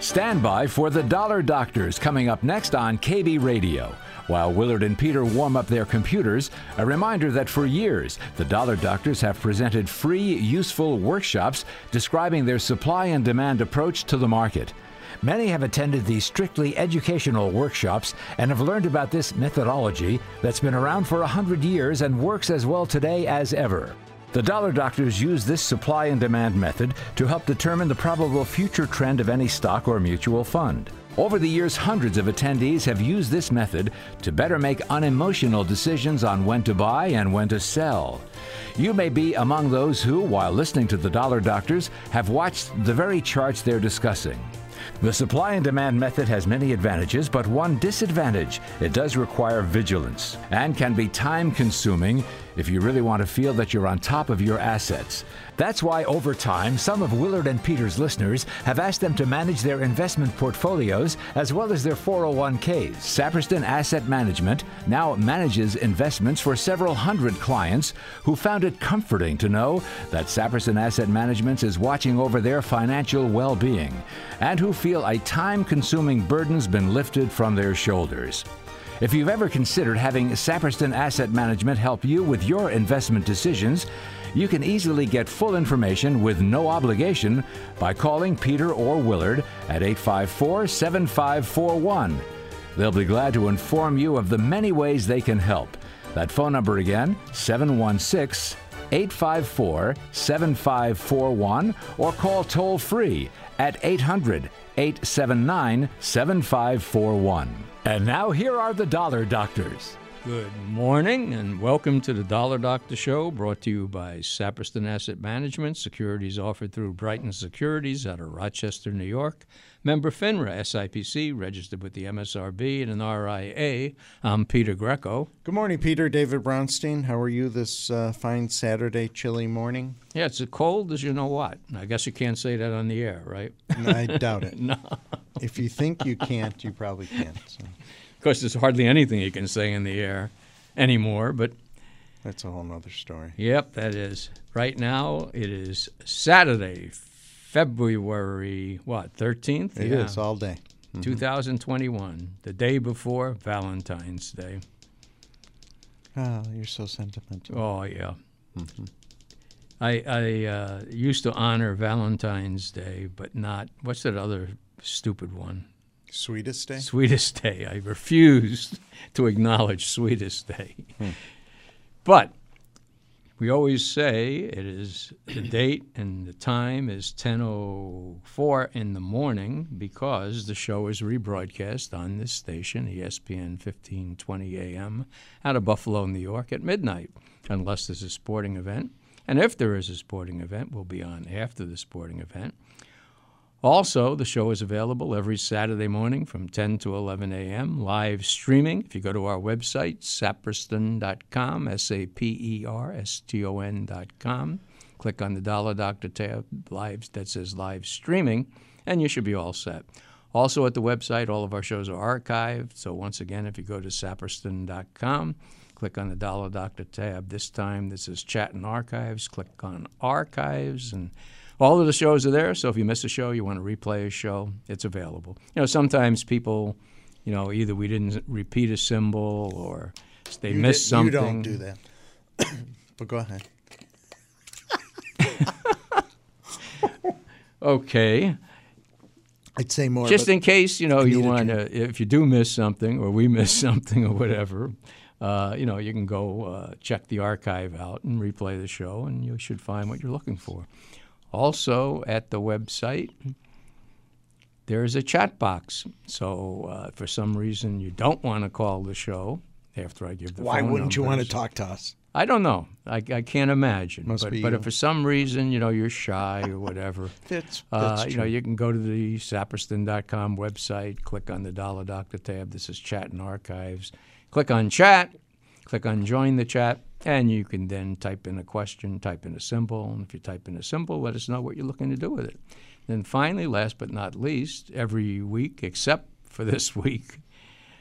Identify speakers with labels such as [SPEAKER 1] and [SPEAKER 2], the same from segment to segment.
[SPEAKER 1] Stand by for the Dollar Doctors coming up next on KB Radio. While Willard and Peter warm up their computers, a reminder that for years, the Dollar Doctors have presented free, useful workshops describing their supply and demand approach to the market. Many have attended these strictly educational workshops and have learned about this methodology that's been around for 100 years and works as well today as ever. The dollar doctors use this supply and demand method to help determine the probable future trend of any stock or mutual fund. Over the years, hundreds of attendees have used this method to better make unemotional decisions on when to buy and when to sell. You may be among those who, while listening to the dollar doctors, have watched the very charts they're discussing. The supply and demand method has many advantages, but one disadvantage it does require vigilance and can be time consuming if you really want to feel that you're on top of your assets. That's why over time, some of Willard and Peter's listeners have asked them to manage their investment portfolios as well as their 401ks. Saperston Asset Management now manages investments for several hundred clients who found it comforting to know that Saperston Asset Management is watching over their financial well being and who feel a time consuming burden's been lifted from their shoulders. If you've ever considered having Saperston Asset Management help you with your investment decisions, you can easily get full information with no obligation by calling Peter or Willard at 854 7541. They'll be glad to inform you of the many ways they can help. That phone number again, 716 854 7541, or call toll free at 800 879 7541. And now here are the Dollar Doctors.
[SPEAKER 2] Good morning and welcome to the Dollar Doctor Show brought to you by Saperston Asset Management, securities offered through Brighton Securities out of Rochester, New York. Member FINRA, SIPC, registered with the MSRB and an RIA. I'm Peter Greco.
[SPEAKER 3] Good morning, Peter. David Bronstein, how are you this uh, fine Saturday chilly morning?
[SPEAKER 2] Yeah, it's as cold as you know what. I guess you can't say that on the air, right?
[SPEAKER 3] No, I doubt it. no. If you think you can't, you probably can't. So.
[SPEAKER 2] Of course, there's hardly anything you can say in the air anymore, but.
[SPEAKER 3] That's a whole other story.
[SPEAKER 2] Yep, that is. Right now, it is Saturday, February, what, 13th?
[SPEAKER 3] It yeah. is all day.
[SPEAKER 2] Mm-hmm. 2021, the day before Valentine's Day.
[SPEAKER 3] Oh, you're so sentimental.
[SPEAKER 2] Oh, yeah. Mm-hmm. I, I uh, used to honor Valentine's Day, but not, what's that other stupid one?
[SPEAKER 3] Sweetest Day?
[SPEAKER 2] Sweetest Day. I refused to acknowledge Sweetest Day. Hmm. But we always say it is the date and the time is 10:04 in the morning because the show is rebroadcast on this station, E ESPN 1520 AM out of Buffalo, New York at midnight unless there's a sporting event. And if there is a sporting event, we'll be on after the sporting event. Also, the show is available every Saturday morning from 10 to 11 a.m. live streaming. If you go to our website, saperston.com, S A P E R S T O N.com, click on the Dollar Doctor tab live, that says live streaming, and you should be all set. Also, at the website, all of our shows are archived. So, once again, if you go to saperston.com, click on the Dollar Doctor tab. This time, this is Chat and Archives. Click on Archives and all of the shows are there, so if you miss a show, you want to replay a show, it's available. You know, sometimes people, you know, either we didn't repeat a symbol or they
[SPEAKER 3] you
[SPEAKER 2] missed
[SPEAKER 3] did,
[SPEAKER 2] something.
[SPEAKER 3] You don't do that. but go ahead.
[SPEAKER 2] okay.
[SPEAKER 3] I'd say more.
[SPEAKER 2] Just in case, you know, you want to, if you do miss something or we miss something or whatever, uh, you know, you can go uh, check the archive out and replay the show, and you should find what you're looking for. Also, at the website, there is a chat box. So, uh, for some reason, you don't want to call the show after I give the
[SPEAKER 3] Why
[SPEAKER 2] wouldn't
[SPEAKER 3] numbers. you want to talk to us?
[SPEAKER 2] I don't know. I, I can't imagine.
[SPEAKER 3] Must
[SPEAKER 2] but,
[SPEAKER 3] be
[SPEAKER 2] but
[SPEAKER 3] you.
[SPEAKER 2] if for some reason you know you're shy or whatever,
[SPEAKER 3] That's,
[SPEAKER 2] uh,
[SPEAKER 3] that's
[SPEAKER 2] you
[SPEAKER 3] true.
[SPEAKER 2] know you can go to the sapperston.com website, click on the Dollar Doctor tab. This is chat and archives. Click on chat. Click on join the chat, and you can then type in a question, type in a symbol, and if you type in a symbol, let us know what you're looking to do with it. Then finally, last but not least, every week except for this week,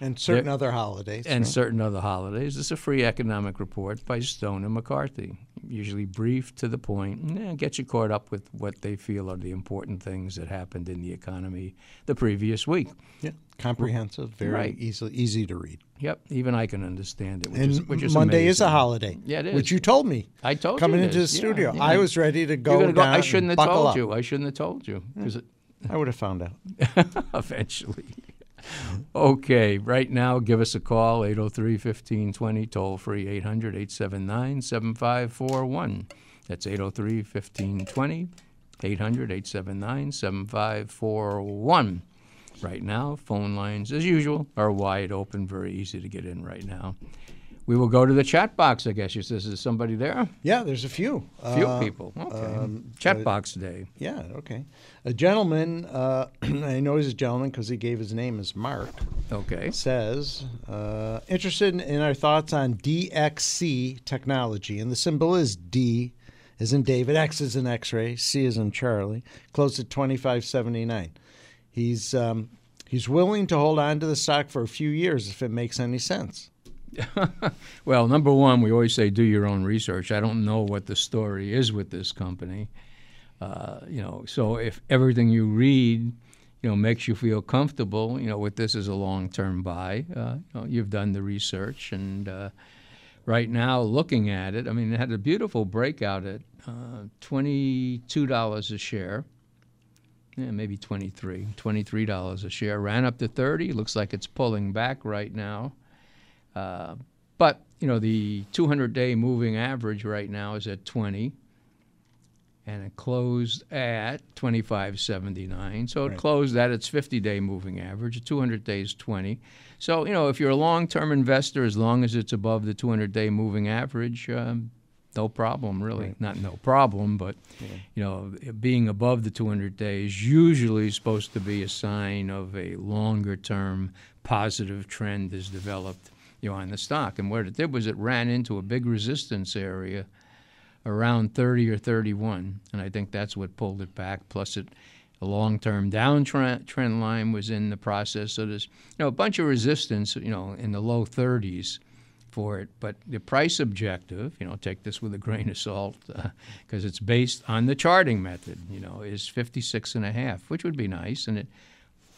[SPEAKER 3] And certain other holidays.
[SPEAKER 2] and certain other holidays. It's a free economic report by Stone and McCarthy, usually brief to the point, and eh, get you caught up with what they feel are the important things that happened in the economy the previous week.
[SPEAKER 3] yeah. Comprehensive, very
[SPEAKER 2] Right.
[SPEAKER 3] easy, easy to read.
[SPEAKER 2] Yep, even I can understand it. Which
[SPEAKER 3] And
[SPEAKER 2] is, which is
[SPEAKER 3] Monday is a
[SPEAKER 2] amazing.
[SPEAKER 3] holiday.
[SPEAKER 2] Yeah, it
[SPEAKER 3] Which
[SPEAKER 2] is.
[SPEAKER 3] you told me.
[SPEAKER 2] I told
[SPEAKER 3] coming
[SPEAKER 2] you
[SPEAKER 3] into the
[SPEAKER 2] this. Yeah,
[SPEAKER 3] studio.
[SPEAKER 2] yeah.
[SPEAKER 3] I was ready to go.
[SPEAKER 2] You're gonna go,
[SPEAKER 3] down
[SPEAKER 2] I
[SPEAKER 3] and
[SPEAKER 2] shouldn't have
[SPEAKER 3] buckle
[SPEAKER 2] told
[SPEAKER 3] up."
[SPEAKER 2] you. I shouldn't have told you because
[SPEAKER 3] I would have found out.
[SPEAKER 2] eventually. Okay, right now, give us a call, 803 1520, toll free 800 879 7541. That's 803 1520, 800 879 7541. Right now, phone lines, as usual, are wide open, very easy to get in right now. We will go to the chat box, I guess. You says, is somebody there?
[SPEAKER 3] Yeah, there's a few.
[SPEAKER 2] Few
[SPEAKER 3] Uh, um,
[SPEAKER 2] people. Okay. chat box day.
[SPEAKER 3] Yeah, okay. A gentleman, uh, I know he's a gentleman because he gave his name as Mark,
[SPEAKER 2] Okay.
[SPEAKER 3] says, uh, interested in, in our thoughts on DXC technology. And the symbol is D, is in David, X is in X ray, C is in Charlie, close at 2579. He's, um, he's willing to hold on to the stock for a few years if it makes any sense.
[SPEAKER 2] Well, number one, we always say do your own research. I don't know what the story is with this company. Uh, you know, so if everything you read, you know, makes you feel comfortable, you know, with this as a long-term buy, uh, you know, you've done the research, and uh, right now, looking at it, I mean, it had a beautiful breakout at uh, twenty-two dollars a share. Yeah, maybe 23 $23 a share. Ran up to 30. Looks like it's pulling back right now. Uh, But you know, the 200-day moving average right now is at 20, and it closed at 25.79. So it closed at its 50-day moving average. The 200 days 20. So you know, if you're a long-term investor, as long as it's above the 200-day moving average. Um, no problem, really. Not no problem, but you know, it being above the 200 days usually is supposed to be a sign of a longer-term positive trend is developed you know, on the stock. And what it did was it ran into a big resistance area around 30 or 31, and I think that's what pulled it back. Plus, it a long-term downtrend trend line was in the process. So there's you know a bunch of resistance, you know, in the low 30s for it. But the price objective, you know, take this with a grain of salt because it's based on the charting method. You know, is 56 and a half, which would be nice, and it.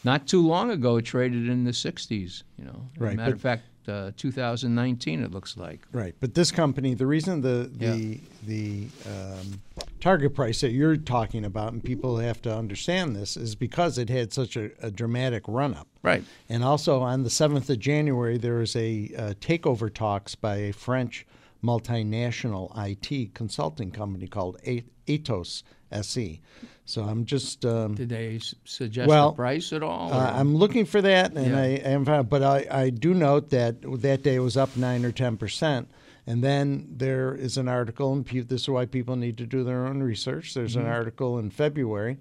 [SPEAKER 2] Not too long ago, it traded in the 60s. You know,
[SPEAKER 3] Right,
[SPEAKER 2] Matter of
[SPEAKER 3] but-
[SPEAKER 2] fact, uh, 2019 it looks like.
[SPEAKER 3] Right, but this company, the reason the
[SPEAKER 2] Yeah.
[SPEAKER 3] the the um, target price that you're talking about, and people have to understand this, is because it had such a, a dramatic run up.
[SPEAKER 2] Right.
[SPEAKER 3] And also on the seventh of January, there is a uh, takeover talks by a French multinational IT consulting company called a- Atos SE. So I'm just um,
[SPEAKER 2] Did they s- suggest
[SPEAKER 3] Well,
[SPEAKER 2] the price at all?
[SPEAKER 3] uh,
[SPEAKER 2] or-
[SPEAKER 3] I'm looking for that, and
[SPEAKER 2] Yeah.
[SPEAKER 3] I am found, but I, I do note that that day was up nine or ten percent. And then there is an article, and pe- this is why people need to do their own research. There's
[SPEAKER 2] Mm-hmm.
[SPEAKER 3] an article in February,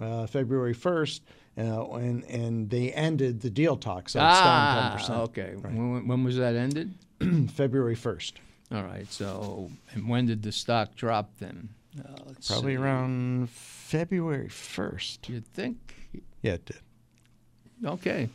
[SPEAKER 3] uh, February first, uh, and and they ended the deal talk, so it's down ten
[SPEAKER 2] ah,
[SPEAKER 3] percent.
[SPEAKER 2] okay. When, when was that ended?
[SPEAKER 3] February first,
[SPEAKER 2] All right. So, and when did the stock drop then? Uh, let's
[SPEAKER 3] probably
[SPEAKER 2] see.
[SPEAKER 3] around February first.
[SPEAKER 2] You'd think.
[SPEAKER 3] Yeah, it did.
[SPEAKER 2] Okay.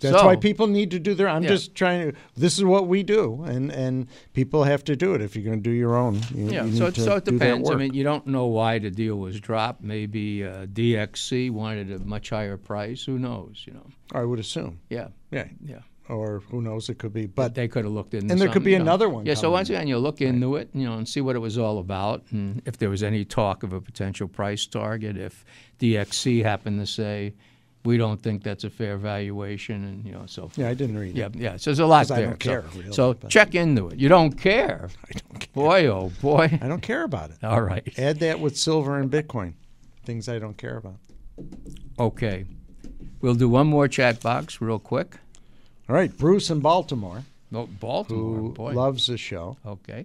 [SPEAKER 3] That's why
[SPEAKER 2] So-
[SPEAKER 3] people need to do their. I'm
[SPEAKER 2] Yeah.
[SPEAKER 3] just trying to. This is what we do, and and people have to do it. If you're going to do your own, you,
[SPEAKER 2] Yeah.
[SPEAKER 3] you
[SPEAKER 2] so,
[SPEAKER 3] need
[SPEAKER 2] it,
[SPEAKER 3] to
[SPEAKER 2] so it
[SPEAKER 3] do that
[SPEAKER 2] depends. I
[SPEAKER 3] work.
[SPEAKER 2] mean, you don't know why the deal was dropped. Maybe uh, DXC wanted a much higher price. Who knows? You know.
[SPEAKER 3] I would assume.
[SPEAKER 2] Yeah.
[SPEAKER 3] Yeah,
[SPEAKER 2] Yeah.
[SPEAKER 3] or who knows? It could be. But
[SPEAKER 2] they could have looked into
[SPEAKER 3] And there could
[SPEAKER 2] something,
[SPEAKER 3] be
[SPEAKER 2] you know.
[SPEAKER 3] another one
[SPEAKER 2] Yeah, so
[SPEAKER 3] coming.
[SPEAKER 2] once again, you look into it, you know, and see what it was all about, and if there was any talk of a potential price target. If DXC happened to say, "We don't think that's a fair valuation," and you know, so
[SPEAKER 3] yeah, I didn't read.
[SPEAKER 2] yeah,
[SPEAKER 3] it.
[SPEAKER 2] yeah. So there's a lot
[SPEAKER 3] 'Cause I
[SPEAKER 2] there.
[SPEAKER 3] don't care,
[SPEAKER 2] so
[SPEAKER 3] really,
[SPEAKER 2] so
[SPEAKER 3] but-
[SPEAKER 2] check into it. You don't care. I don't care. Boy, oh boy.
[SPEAKER 3] I don't care about it.
[SPEAKER 2] All right.
[SPEAKER 3] Add that with silver and Bitcoin, things I don't care about.
[SPEAKER 2] Okay. We'll do one more chat box real quick.
[SPEAKER 3] All right, Bruce in Baltimore,
[SPEAKER 2] No, Oh, Baltimore.
[SPEAKER 3] who
[SPEAKER 2] boy.
[SPEAKER 3] loves the show.
[SPEAKER 2] okay.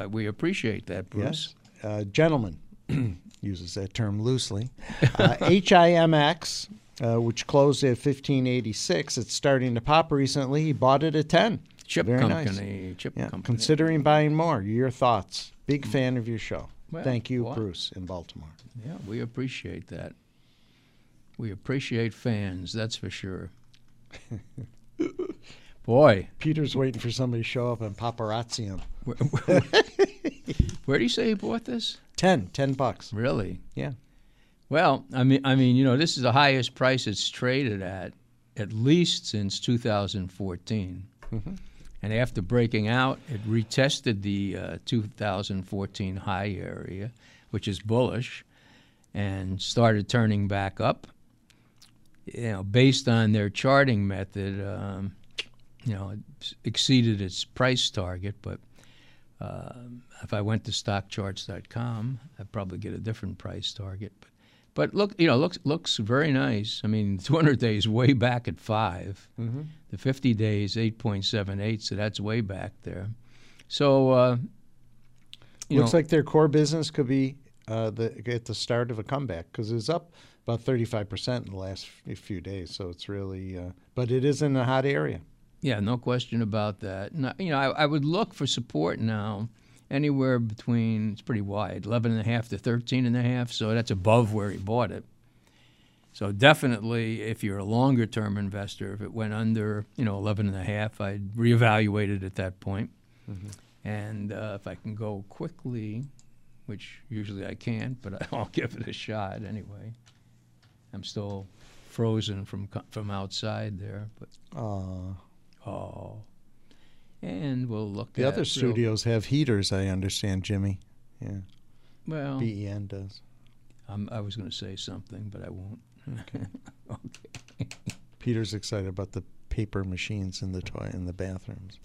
[SPEAKER 2] Uh, we appreciate that, Bruce.
[SPEAKER 3] Yes. Uh, gentleman uses that term loosely. Uh, HIMX, uh, which closed at 1586, it's starting to pop recently. He bought it at 10.
[SPEAKER 2] Chip
[SPEAKER 3] Very nice.
[SPEAKER 2] company. Chip
[SPEAKER 3] Yeah.
[SPEAKER 2] company.
[SPEAKER 3] Considering buying more. Your thoughts. Big fan of your show.
[SPEAKER 2] Well,
[SPEAKER 3] Thank you,
[SPEAKER 2] why-
[SPEAKER 3] Bruce, in Baltimore.
[SPEAKER 2] Yeah, we appreciate that. We appreciate fans, that's for sure. Boy,
[SPEAKER 3] Peter's waiting for somebody to show up and paparazzi him.
[SPEAKER 2] where, where, where do you say he bought this?
[SPEAKER 3] Ten, ten bucks.
[SPEAKER 2] Really?
[SPEAKER 3] Yeah.
[SPEAKER 2] Well, I mean, I mean, you know, this is the highest price it's traded at, at least since 2014. And after breaking out, it retested the uh, 2014 high area, which is bullish, and started turning back up. You know, based on their charting method, um, you know, it exceeded its price target, but um, if I went to stockcharts.com, I'd probably get a different price target. But, but look, you know, looks looks very nice. I mean, 200 days way back at 5 The 50 days 8.78, so that's way back there. So, uh, you
[SPEAKER 3] Looks
[SPEAKER 2] know,
[SPEAKER 3] like their core business could be uh, the, at the start of a comeback because it's up about 35% in the last f- few days. So it's really, uh, but it is in a hot area.
[SPEAKER 2] yeah, no question about that. No, you know, I, I would look for support now anywhere between it's pretty wide 11 and a half to 13 and a half so that's above where he bought it So definitely, if you're a longer term investor, if it went under, you know, 11 and a half, I'd reevaluate it at that point.
[SPEAKER 3] Mm-hmm.
[SPEAKER 2] And uh, if I can go quickly, which usually I can't, but I'll give it a shot anyway. I'm still frozen from co- from outside there, but
[SPEAKER 3] Uh,
[SPEAKER 2] oh. And we'll look
[SPEAKER 3] the
[SPEAKER 2] at
[SPEAKER 3] other
[SPEAKER 2] real-
[SPEAKER 3] studios have heaters, I understand, Jimmy. Yeah.
[SPEAKER 2] Well,
[SPEAKER 3] BEN E does.
[SPEAKER 2] I'm, I was going to say something, but I won't. okay.
[SPEAKER 3] Peter's excited about the paper machines in the toy in the bathrooms.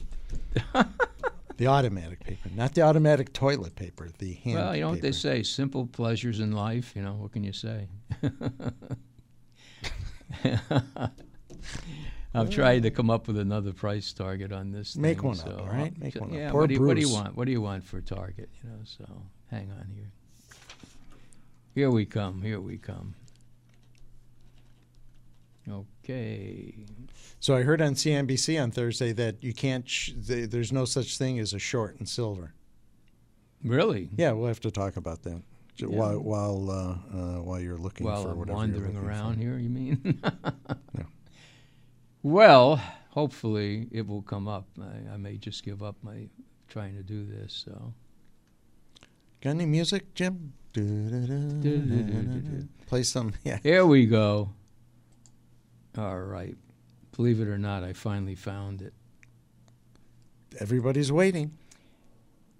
[SPEAKER 3] the automatic paper, not the automatic toilet paper, the hand
[SPEAKER 2] Well, you know what they
[SPEAKER 3] paper.
[SPEAKER 2] say: simple pleasures in life. You know what can you say? I've tried to come up with another price target on this.
[SPEAKER 3] Make
[SPEAKER 2] thing,
[SPEAKER 3] one up,
[SPEAKER 2] so-
[SPEAKER 3] all right? Make one up.
[SPEAKER 2] yeah,
[SPEAKER 3] Poor
[SPEAKER 2] what, do you, what do you
[SPEAKER 3] Bruce.
[SPEAKER 2] want? What do you want for a target? You know, so hang on here. Here we come. Here we come. Okay.
[SPEAKER 3] So I heard on CNBC on Thursday that you can't. Sh- th- there's no such thing as a short in silver.
[SPEAKER 2] Really?
[SPEAKER 3] Yeah, we'll have to talk about that j-
[SPEAKER 2] Yeah.
[SPEAKER 3] while while uh, uh, while you're looking
[SPEAKER 2] While
[SPEAKER 3] for
[SPEAKER 2] I'm
[SPEAKER 3] whatever
[SPEAKER 2] wandering
[SPEAKER 3] you're looking
[SPEAKER 2] around
[SPEAKER 3] For.
[SPEAKER 2] here, you mean? Well, hopefully it will come up. I, I may just give up my trying to do this. So
[SPEAKER 3] Got any music, Jim?
[SPEAKER 2] Du-du-du-du-du.
[SPEAKER 3] Play some. Yeah.
[SPEAKER 2] here we go. All right. Believe it or not, I finally found it.
[SPEAKER 3] Everybody's waiting.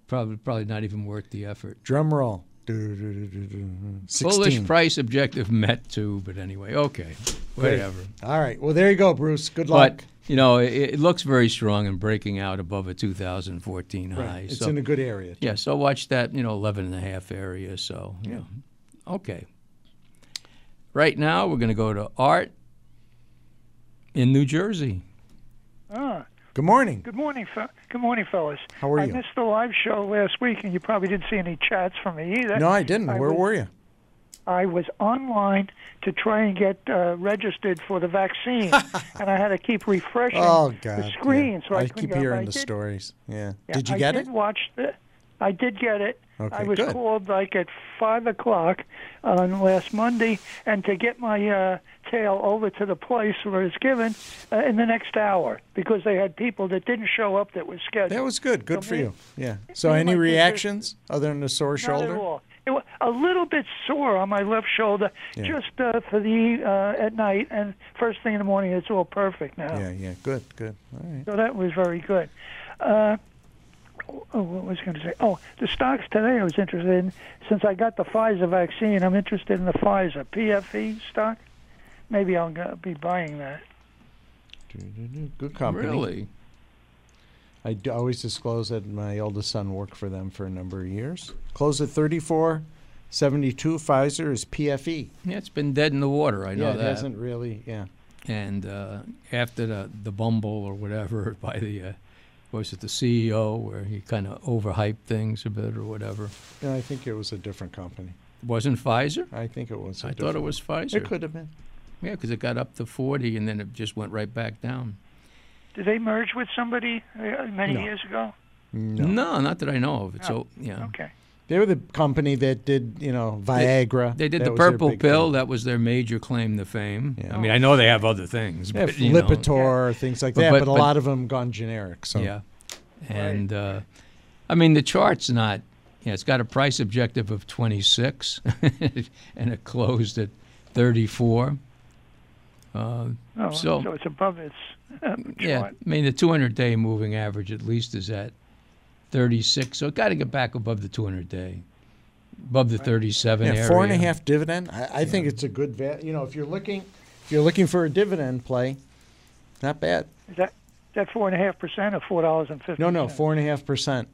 [SPEAKER 2] Probably, probably not even worth the effort.
[SPEAKER 3] Drum roll. Du-du-du-du-du.
[SPEAKER 2] Bullish
[SPEAKER 3] Sixteen.
[SPEAKER 2] price objective met too, but anyway, okay, whatever.
[SPEAKER 3] All right. Well, there you go, Bruce. Good luck.
[SPEAKER 2] But you know, it, it looks very strong and breaking out above a 2014
[SPEAKER 3] Right.
[SPEAKER 2] high.
[SPEAKER 3] It's
[SPEAKER 2] so
[SPEAKER 3] in a good area.
[SPEAKER 2] Yeah, so watch that, you know, 11 and a half area. So, you know, okay. Right now, we're going to go to Art in New Jersey.
[SPEAKER 4] Ah,
[SPEAKER 3] Good morning.
[SPEAKER 4] good morning, fe- good morning, fellas.
[SPEAKER 3] How are
[SPEAKER 4] I
[SPEAKER 3] you?
[SPEAKER 4] missed the live show last week, and you probably didn't see any chats from me either.
[SPEAKER 3] No, I didn't.
[SPEAKER 4] I
[SPEAKER 3] Where
[SPEAKER 4] was-
[SPEAKER 3] were you?
[SPEAKER 4] I was online to try and get uh, registered for the vaccine, and I had to keep refreshing
[SPEAKER 3] Oh God.
[SPEAKER 4] the
[SPEAKER 3] yeah.
[SPEAKER 4] screen, so I,
[SPEAKER 3] I
[SPEAKER 4] couldn't
[SPEAKER 3] keep
[SPEAKER 4] get-
[SPEAKER 3] hearing
[SPEAKER 4] I
[SPEAKER 3] the
[SPEAKER 4] did-
[SPEAKER 3] stories. Yeah.
[SPEAKER 4] yeah,
[SPEAKER 3] Did you
[SPEAKER 4] I
[SPEAKER 3] get
[SPEAKER 4] did
[SPEAKER 3] it?
[SPEAKER 4] Watch the, I did get it.
[SPEAKER 3] Okay,
[SPEAKER 4] I was
[SPEAKER 3] good.
[SPEAKER 4] called like at five o'clock on last Monday, and to get my uh, tail over to the place where it's given uh, in the next hour because they had people that didn't show up that was scheduled.
[SPEAKER 3] That was good. Good for
[SPEAKER 4] me-
[SPEAKER 3] you. Yeah. So
[SPEAKER 4] me,
[SPEAKER 3] any
[SPEAKER 4] my sister-
[SPEAKER 3] reactions other than the sore
[SPEAKER 4] Not
[SPEAKER 3] shoulder?
[SPEAKER 4] at all. It was a little bit sore on my left shoulder,
[SPEAKER 3] Yeah.
[SPEAKER 4] just uh, for the uh, at night and first thing in the morning. It's all perfect now.
[SPEAKER 3] Yeah, yeah. Good, good. All right.
[SPEAKER 4] So that was very good. Uh, oh, what was I going to say? Oh, the stocks today I was interested in. Since I got the Pfizer vaccine, I'm interested in the Pfizer PFE stock. Maybe I'll go- be buying that.
[SPEAKER 3] Good company.
[SPEAKER 2] Really?
[SPEAKER 3] I d- always disclose that my oldest son worked for them for a number of years. Close at 34, 72. Pfizer is PFE.
[SPEAKER 2] Yeah, it's been dead in the water. I know
[SPEAKER 3] yeah, it
[SPEAKER 2] that.
[SPEAKER 3] hasn't really. Yeah.
[SPEAKER 2] And uh, after the, the bumble or whatever by the, uh, was it the CEO where he kind of overhyped things a bit or whatever?
[SPEAKER 3] No, I think it was a different company.
[SPEAKER 2] Wasn't Pfizer?
[SPEAKER 3] I think it was. a
[SPEAKER 2] I thought it
[SPEAKER 3] different-
[SPEAKER 2] was Pfizer.
[SPEAKER 3] It could have been.
[SPEAKER 2] Yeah, because it got up to 40 and then it just went right back down.
[SPEAKER 4] Did they merge with somebody uh, many
[SPEAKER 3] No.
[SPEAKER 4] years ago?
[SPEAKER 3] No.
[SPEAKER 2] not that I know of. It's
[SPEAKER 4] No.
[SPEAKER 2] o- yeah.
[SPEAKER 4] Oh, Okay.
[SPEAKER 3] They were the company that did, you know, Viagra.
[SPEAKER 2] They did
[SPEAKER 3] That
[SPEAKER 2] the
[SPEAKER 3] was their
[SPEAKER 2] purple
[SPEAKER 3] big
[SPEAKER 2] pill.
[SPEAKER 3] thing.
[SPEAKER 2] That was their major claim to fame.
[SPEAKER 3] Yeah.
[SPEAKER 2] I mean, I know they have other things,
[SPEAKER 3] Yeah,
[SPEAKER 2] but you know,
[SPEAKER 3] Lipitor, things like
[SPEAKER 2] But-
[SPEAKER 3] that.
[SPEAKER 2] but-
[SPEAKER 3] But, a
[SPEAKER 2] but-
[SPEAKER 3] lot of them gone generic. So
[SPEAKER 2] yeah, and uh, I mean the chart's not. Yeah, it's got a price objective of 26, and it closed at 34. Uh,
[SPEAKER 4] Oh,
[SPEAKER 2] So-
[SPEAKER 4] so, it's above its. uh,
[SPEAKER 3] Mm,
[SPEAKER 2] yeah, I mean the 200-day moving average at least is at 36, so it got to get back above the 200-day, above the 37
[SPEAKER 3] Yeah,
[SPEAKER 2] area.
[SPEAKER 3] four and a half dividend. I, I think it's a good va- You know, if you're looking, if you're looking for a dividend play, not bad.
[SPEAKER 4] Is that is that four and a half percent or four dollars and fifty?
[SPEAKER 3] No, no, four and a half percent.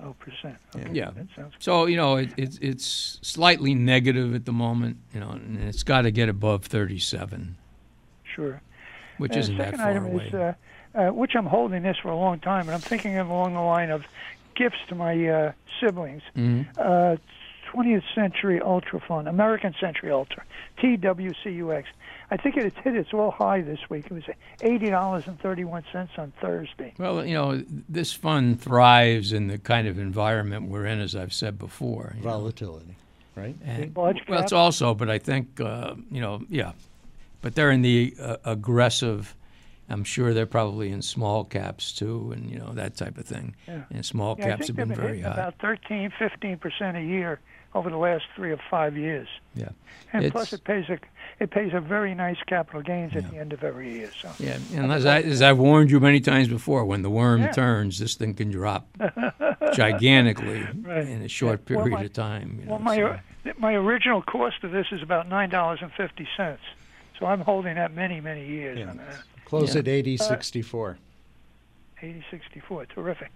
[SPEAKER 4] Oh, percent.
[SPEAKER 2] Yeah.
[SPEAKER 4] That sounds.
[SPEAKER 2] So you know it, it's it's slightly negative at the moment, you know, and it's got to get above 37,
[SPEAKER 4] Sure.
[SPEAKER 2] which
[SPEAKER 4] And
[SPEAKER 2] isn't
[SPEAKER 4] the
[SPEAKER 2] that
[SPEAKER 4] second
[SPEAKER 2] far
[SPEAKER 4] item
[SPEAKER 2] away.
[SPEAKER 4] is, uh, uh, which I'm holding this for a long time, and I'm thinking along the line of gifts to my uh, siblings.
[SPEAKER 5] Mm-hmm.
[SPEAKER 4] Uh, 20th Century Ultra Fund, American Century Ultra, TWCUX. I think it hit its all high this week. It was $80.31 on Thursday.
[SPEAKER 2] well, you know, this fund thrives in the kind of environment we're in, as I've said before. you know.
[SPEAKER 3] Volatility, right?
[SPEAKER 2] And-
[SPEAKER 4] Large
[SPEAKER 2] well, it's
[SPEAKER 4] cap.
[SPEAKER 2] also, but I think uh, you know, yeah, but they're in the uh, aggressive. I'm sure they're probably in small caps too, and you know that type of thing. And small
[SPEAKER 4] Yeah, I
[SPEAKER 2] caps
[SPEAKER 4] think
[SPEAKER 2] have
[SPEAKER 4] they've
[SPEAKER 2] been very
[SPEAKER 4] hitting
[SPEAKER 2] high.
[SPEAKER 4] about 13, 15% a year over the last three or five years.
[SPEAKER 2] yeah,
[SPEAKER 4] And
[SPEAKER 2] It's-
[SPEAKER 4] plus, it pays a it pays a very nice capital gains at the end of every year. So
[SPEAKER 2] Yeah, and as, I, as I've warned you many times before, when the worm
[SPEAKER 4] Yeah.
[SPEAKER 2] turns, this thing can drop gigantically
[SPEAKER 4] Right.
[SPEAKER 2] in a short
[SPEAKER 4] Well,
[SPEAKER 2] period
[SPEAKER 4] my-
[SPEAKER 2] of time. You
[SPEAKER 4] Well,
[SPEAKER 2] know,
[SPEAKER 4] my
[SPEAKER 2] so-
[SPEAKER 4] th- my original cost of this is about nine dollars and fifty cents, so I'm holding that many many years.
[SPEAKER 3] Yeah.
[SPEAKER 4] on that.
[SPEAKER 3] Close
[SPEAKER 2] Yeah.
[SPEAKER 3] at eighty sixty four.
[SPEAKER 4] Eighty sixty four, terrific.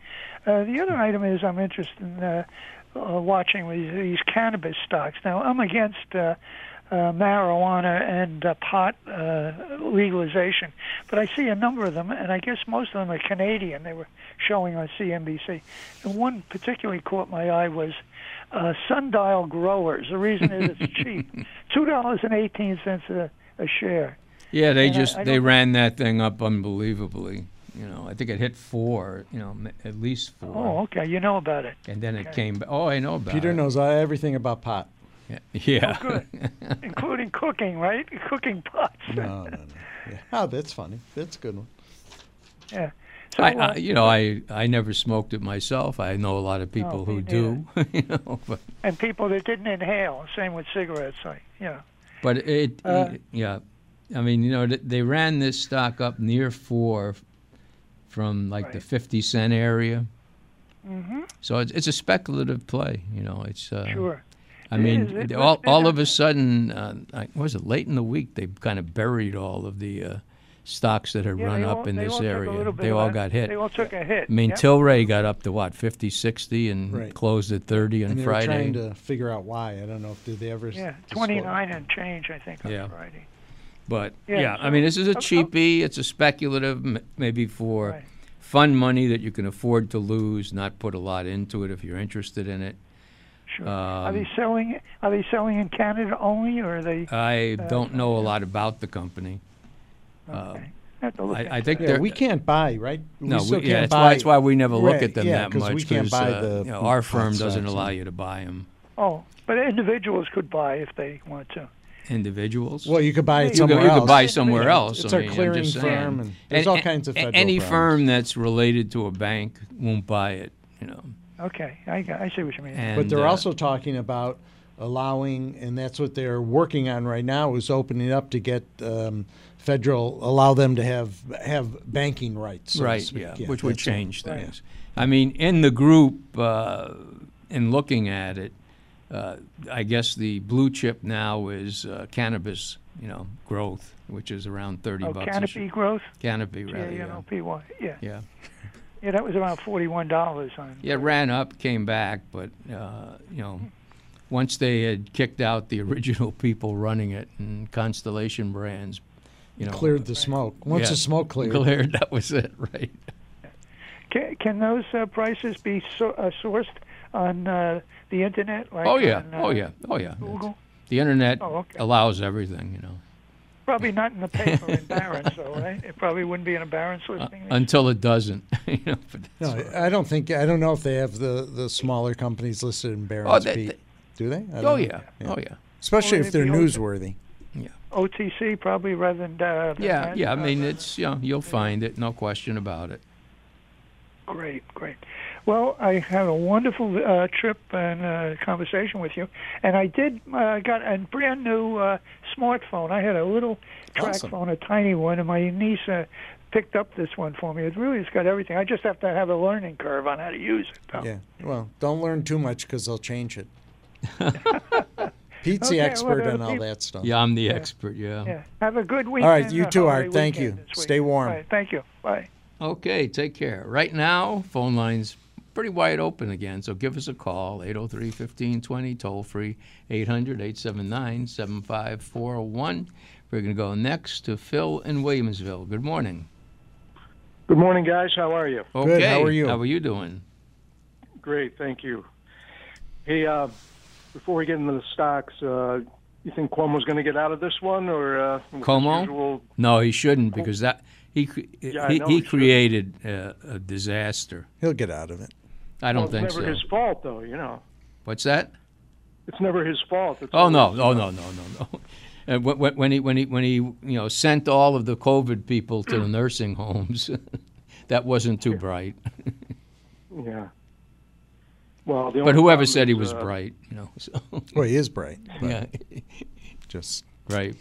[SPEAKER 4] Uh, the other item is I'm interested in uh, uh, watching these, these cannabis stocks. Now I'm against. Uh, uh, marijuana and uh, pot uh, legalization, but I see a number of them, and I guess most of them are Canadian. They were showing on CNBC, and one particularly caught my eye was uh, Sundial Growers. The reason is it's cheap, two dollars and eighteen cents a a share.
[SPEAKER 2] yeah, they
[SPEAKER 4] and I-
[SPEAKER 2] just
[SPEAKER 4] I
[SPEAKER 2] they
[SPEAKER 4] don't-
[SPEAKER 2] ran that thing up unbelievably. You know, I think it hit four. You know, ma- at least four.
[SPEAKER 4] Oh, okay, you know about it.
[SPEAKER 2] And then it came. ba- Oh, I know about
[SPEAKER 3] Peter
[SPEAKER 2] it.
[SPEAKER 3] knows everything about pot.
[SPEAKER 2] Yeah. yeah.
[SPEAKER 4] Oh, Good, including cooking, right? Cooking pots.
[SPEAKER 3] No, no, no. Yeah. Oh, that's funny. That's a good one.
[SPEAKER 4] Yeah. So, uh,
[SPEAKER 2] I,
[SPEAKER 4] Oh,
[SPEAKER 2] I, you know, I, I never smoked it myself. I know a lot of people
[SPEAKER 4] me
[SPEAKER 2] who do. you know, but
[SPEAKER 4] and people that didn't inhale, same with cigarettes. I, yeah.
[SPEAKER 2] But it,
[SPEAKER 4] Uh,
[SPEAKER 2] it- yeah, I mean, you know, th- they ran this stock up near four f- from like the
[SPEAKER 4] Right.
[SPEAKER 2] fifty cent area. So it's it's a speculative play, you know. It's uh,
[SPEAKER 4] Sure.
[SPEAKER 2] I
[SPEAKER 4] It
[SPEAKER 2] mean,
[SPEAKER 4] is. It
[SPEAKER 2] it-
[SPEAKER 4] was-
[SPEAKER 2] all
[SPEAKER 4] it
[SPEAKER 2] all
[SPEAKER 4] was-
[SPEAKER 2] of a sudden, uh, like, what was it late in the week? They kind of buried all of the uh, stocks that had
[SPEAKER 4] Yeah,
[SPEAKER 2] run
[SPEAKER 4] they
[SPEAKER 2] up
[SPEAKER 4] all-
[SPEAKER 2] in
[SPEAKER 4] they
[SPEAKER 2] this
[SPEAKER 4] all took a
[SPEAKER 2] area.
[SPEAKER 4] little bit
[SPEAKER 2] they
[SPEAKER 4] of
[SPEAKER 2] all
[SPEAKER 4] a-
[SPEAKER 2] got hit.
[SPEAKER 4] They all took a hit.
[SPEAKER 2] I mean,
[SPEAKER 4] yep.
[SPEAKER 2] Tilray got up to what 50, 60 and
[SPEAKER 3] Right.
[SPEAKER 2] closed at thirty on
[SPEAKER 3] And they were
[SPEAKER 2] Friday.
[SPEAKER 3] trying to figure out why. I don't know if did they ever. s-
[SPEAKER 4] yeah,
[SPEAKER 3] disclose-
[SPEAKER 4] twenty nine and change, I think, on
[SPEAKER 2] Yeah.
[SPEAKER 4] Friday.
[SPEAKER 2] But yeah,
[SPEAKER 4] Yeah,
[SPEAKER 2] I mean, this is a
[SPEAKER 4] so- okay.
[SPEAKER 2] cheapie. It's a speculative, m- maybe for
[SPEAKER 4] Right.
[SPEAKER 2] fun money that you can afford to lose, not put a lot into it if you're interested in it.
[SPEAKER 4] Sure. are
[SPEAKER 2] um,
[SPEAKER 4] they selling? Are they selling in Canada only, or are they? uh,
[SPEAKER 2] I don't know a lot about the company. Um,
[SPEAKER 4] okay. I, have to look
[SPEAKER 2] I, I
[SPEAKER 4] into
[SPEAKER 2] think
[SPEAKER 4] that.
[SPEAKER 3] Yeah,
[SPEAKER 2] they're.
[SPEAKER 3] we can't buy, right?
[SPEAKER 2] no,
[SPEAKER 3] we still
[SPEAKER 2] yeah,
[SPEAKER 3] can't
[SPEAKER 2] that's
[SPEAKER 3] buy.
[SPEAKER 2] why, that's why we never look
[SPEAKER 3] Right,
[SPEAKER 2] at them
[SPEAKER 3] yeah,
[SPEAKER 2] that
[SPEAKER 3] 'cause
[SPEAKER 2] much
[SPEAKER 3] we can't buy
[SPEAKER 2] uh,
[SPEAKER 3] the
[SPEAKER 2] you know, our
[SPEAKER 3] hot
[SPEAKER 2] firm doesn't
[SPEAKER 3] stocks,
[SPEAKER 2] allow
[SPEAKER 3] yeah.
[SPEAKER 2] you to buy them.
[SPEAKER 4] Oh, but individuals could buy if they want to.
[SPEAKER 2] Individuals.
[SPEAKER 3] Well, you could buy it
[SPEAKER 2] you could,
[SPEAKER 3] somewhere
[SPEAKER 2] you could
[SPEAKER 3] else.
[SPEAKER 2] buy somewhere
[SPEAKER 4] Yeah,
[SPEAKER 2] else.
[SPEAKER 3] it's
[SPEAKER 2] I
[SPEAKER 3] our
[SPEAKER 2] mean, I'm
[SPEAKER 3] clearing
[SPEAKER 2] just saying.
[SPEAKER 3] firm, and there's all kinds of
[SPEAKER 2] a-
[SPEAKER 3] federal
[SPEAKER 2] Any
[SPEAKER 3] problems.
[SPEAKER 2] firm that's related to a bank won't buy it. You know.
[SPEAKER 4] Okay, I, got- I see what you mean.
[SPEAKER 2] And,
[SPEAKER 3] But they're
[SPEAKER 2] uh,
[SPEAKER 3] also talking about allowing, and that's what they're working on right now, is opening up to get um, federal, allow them to have have banking rights. so to
[SPEAKER 2] right,
[SPEAKER 3] speak.
[SPEAKER 2] yeah, which would
[SPEAKER 3] that's it.
[SPEAKER 2] change
[SPEAKER 3] Right.
[SPEAKER 2] things. I mean, in the group, uh, in looking at it, uh, I guess the blue chip now is uh, cannabis, you know, growth, which is around thirty
[SPEAKER 4] oh,
[SPEAKER 2] bucks. a
[SPEAKER 4] canopy
[SPEAKER 2] sh-
[SPEAKER 4] growth.
[SPEAKER 2] canopy,
[SPEAKER 4] Yeah,
[SPEAKER 2] rather,
[SPEAKER 4] you
[SPEAKER 2] yeah.
[SPEAKER 4] know, PY. Yeah.
[SPEAKER 2] yeah,
[SPEAKER 4] yeah, that was around forty-one dollars on.
[SPEAKER 2] yeah. It ran up, came back, but uh, you know, once they had kicked out the original people running it and Constellation Brands, you know,
[SPEAKER 3] Cleared the smoke. Once
[SPEAKER 2] yeah,
[SPEAKER 3] the smoke cleared,
[SPEAKER 2] cleared. That was it, right?
[SPEAKER 4] Can, can those uh, prices be so, uh, sourced on uh, the internet? Like
[SPEAKER 2] Oh yeah,
[SPEAKER 4] on, uh,
[SPEAKER 2] oh yeah, oh yeah.
[SPEAKER 4] Google.
[SPEAKER 2] The internet
[SPEAKER 4] Oh, okay.
[SPEAKER 2] allows everything, you know.
[SPEAKER 4] Probably not in the paper in Barron's, though, right? It probably wouldn't be in a Barron's
[SPEAKER 2] Uh,
[SPEAKER 4] listing.
[SPEAKER 2] until it doesn't. you know, but
[SPEAKER 3] No,
[SPEAKER 2] that's-
[SPEAKER 3] I don't think I don't know if they have the, the smaller companies listed in Barron's
[SPEAKER 2] Oh, they-
[SPEAKER 3] Pete.
[SPEAKER 2] they-
[SPEAKER 3] Do they? I don't
[SPEAKER 2] oh
[SPEAKER 3] know.
[SPEAKER 2] yeah, oh yeah,
[SPEAKER 3] Especially
[SPEAKER 4] Or
[SPEAKER 3] if they're
[SPEAKER 4] maybe open.
[SPEAKER 3] newsworthy.
[SPEAKER 4] OTC probably rather than. Uh, than
[SPEAKER 2] yeah,
[SPEAKER 4] that,
[SPEAKER 2] yeah. I
[SPEAKER 4] uh,
[SPEAKER 2] mean, it's yeah, you'll find it, no question about it.
[SPEAKER 4] Great, great. Well, I had a wonderful uh, trip and uh, conversation with you, and I did uh, got a brand new uh, smartphone. I had a little track
[SPEAKER 5] Awesome.
[SPEAKER 4] phone, a tiny one, and my niece uh, picked up this one for me. It really has got everything. I just have to have a learning curve on how to use it. Though.
[SPEAKER 3] Yeah. Well, don't learn too much because they'll change it. Pete's
[SPEAKER 4] Okay,
[SPEAKER 3] the
[SPEAKER 4] well,
[SPEAKER 3] expert
[SPEAKER 4] that'll
[SPEAKER 3] on all
[SPEAKER 4] be-
[SPEAKER 3] that stuff.
[SPEAKER 2] Yeah, I'm the expert.
[SPEAKER 4] Yeah. Have a good weekend.
[SPEAKER 3] All right, you
[SPEAKER 4] a
[SPEAKER 3] too,
[SPEAKER 4] holiday
[SPEAKER 3] Art. Thank
[SPEAKER 4] weekend
[SPEAKER 3] you.
[SPEAKER 4] this
[SPEAKER 3] Stay
[SPEAKER 4] weekend.
[SPEAKER 3] warm.
[SPEAKER 4] All right, thank you. Bye.
[SPEAKER 2] Okay, take care. Right now, phone lines pretty wide open again, so give us a call 803-1520 toll free 800-879-7541. We're going to go next to Phil in Williamsville. Good morning.
[SPEAKER 6] Good morning, guys. How are you?
[SPEAKER 2] Okay.
[SPEAKER 3] Good, how are you?
[SPEAKER 2] How are you doing?
[SPEAKER 6] Great, thank you. Hey, uh, before we get into the stocks, uh, you think Cuomo's going to get out of this one, or uh, with his
[SPEAKER 2] Cuomo?
[SPEAKER 6] usual-
[SPEAKER 2] No, he shouldn't because that he cre-
[SPEAKER 6] Yeah, I
[SPEAKER 2] he,
[SPEAKER 6] know
[SPEAKER 2] he
[SPEAKER 6] he shouldn't.
[SPEAKER 2] created uh, a disaster.
[SPEAKER 3] He'll get out of it.
[SPEAKER 2] I
[SPEAKER 6] Well,
[SPEAKER 2] don't
[SPEAKER 6] it's
[SPEAKER 2] think
[SPEAKER 6] never
[SPEAKER 2] so.
[SPEAKER 6] his fault, though. You know,
[SPEAKER 2] What's that?
[SPEAKER 6] it's never his fault. It's
[SPEAKER 2] Oh no,
[SPEAKER 6] always-
[SPEAKER 2] oh no, no, no, no. Uh, when, when he when he when he you know sent all of the COVID people to the nursing homes, that wasn't too bright.
[SPEAKER 6] Yeah. Well, the only
[SPEAKER 2] But whoever
[SPEAKER 6] problem
[SPEAKER 2] said he
[SPEAKER 6] is,
[SPEAKER 2] was
[SPEAKER 6] uh,
[SPEAKER 2] bright, you know, so
[SPEAKER 3] Well, he is bright. but
[SPEAKER 2] yeah,
[SPEAKER 3] Just
[SPEAKER 2] right.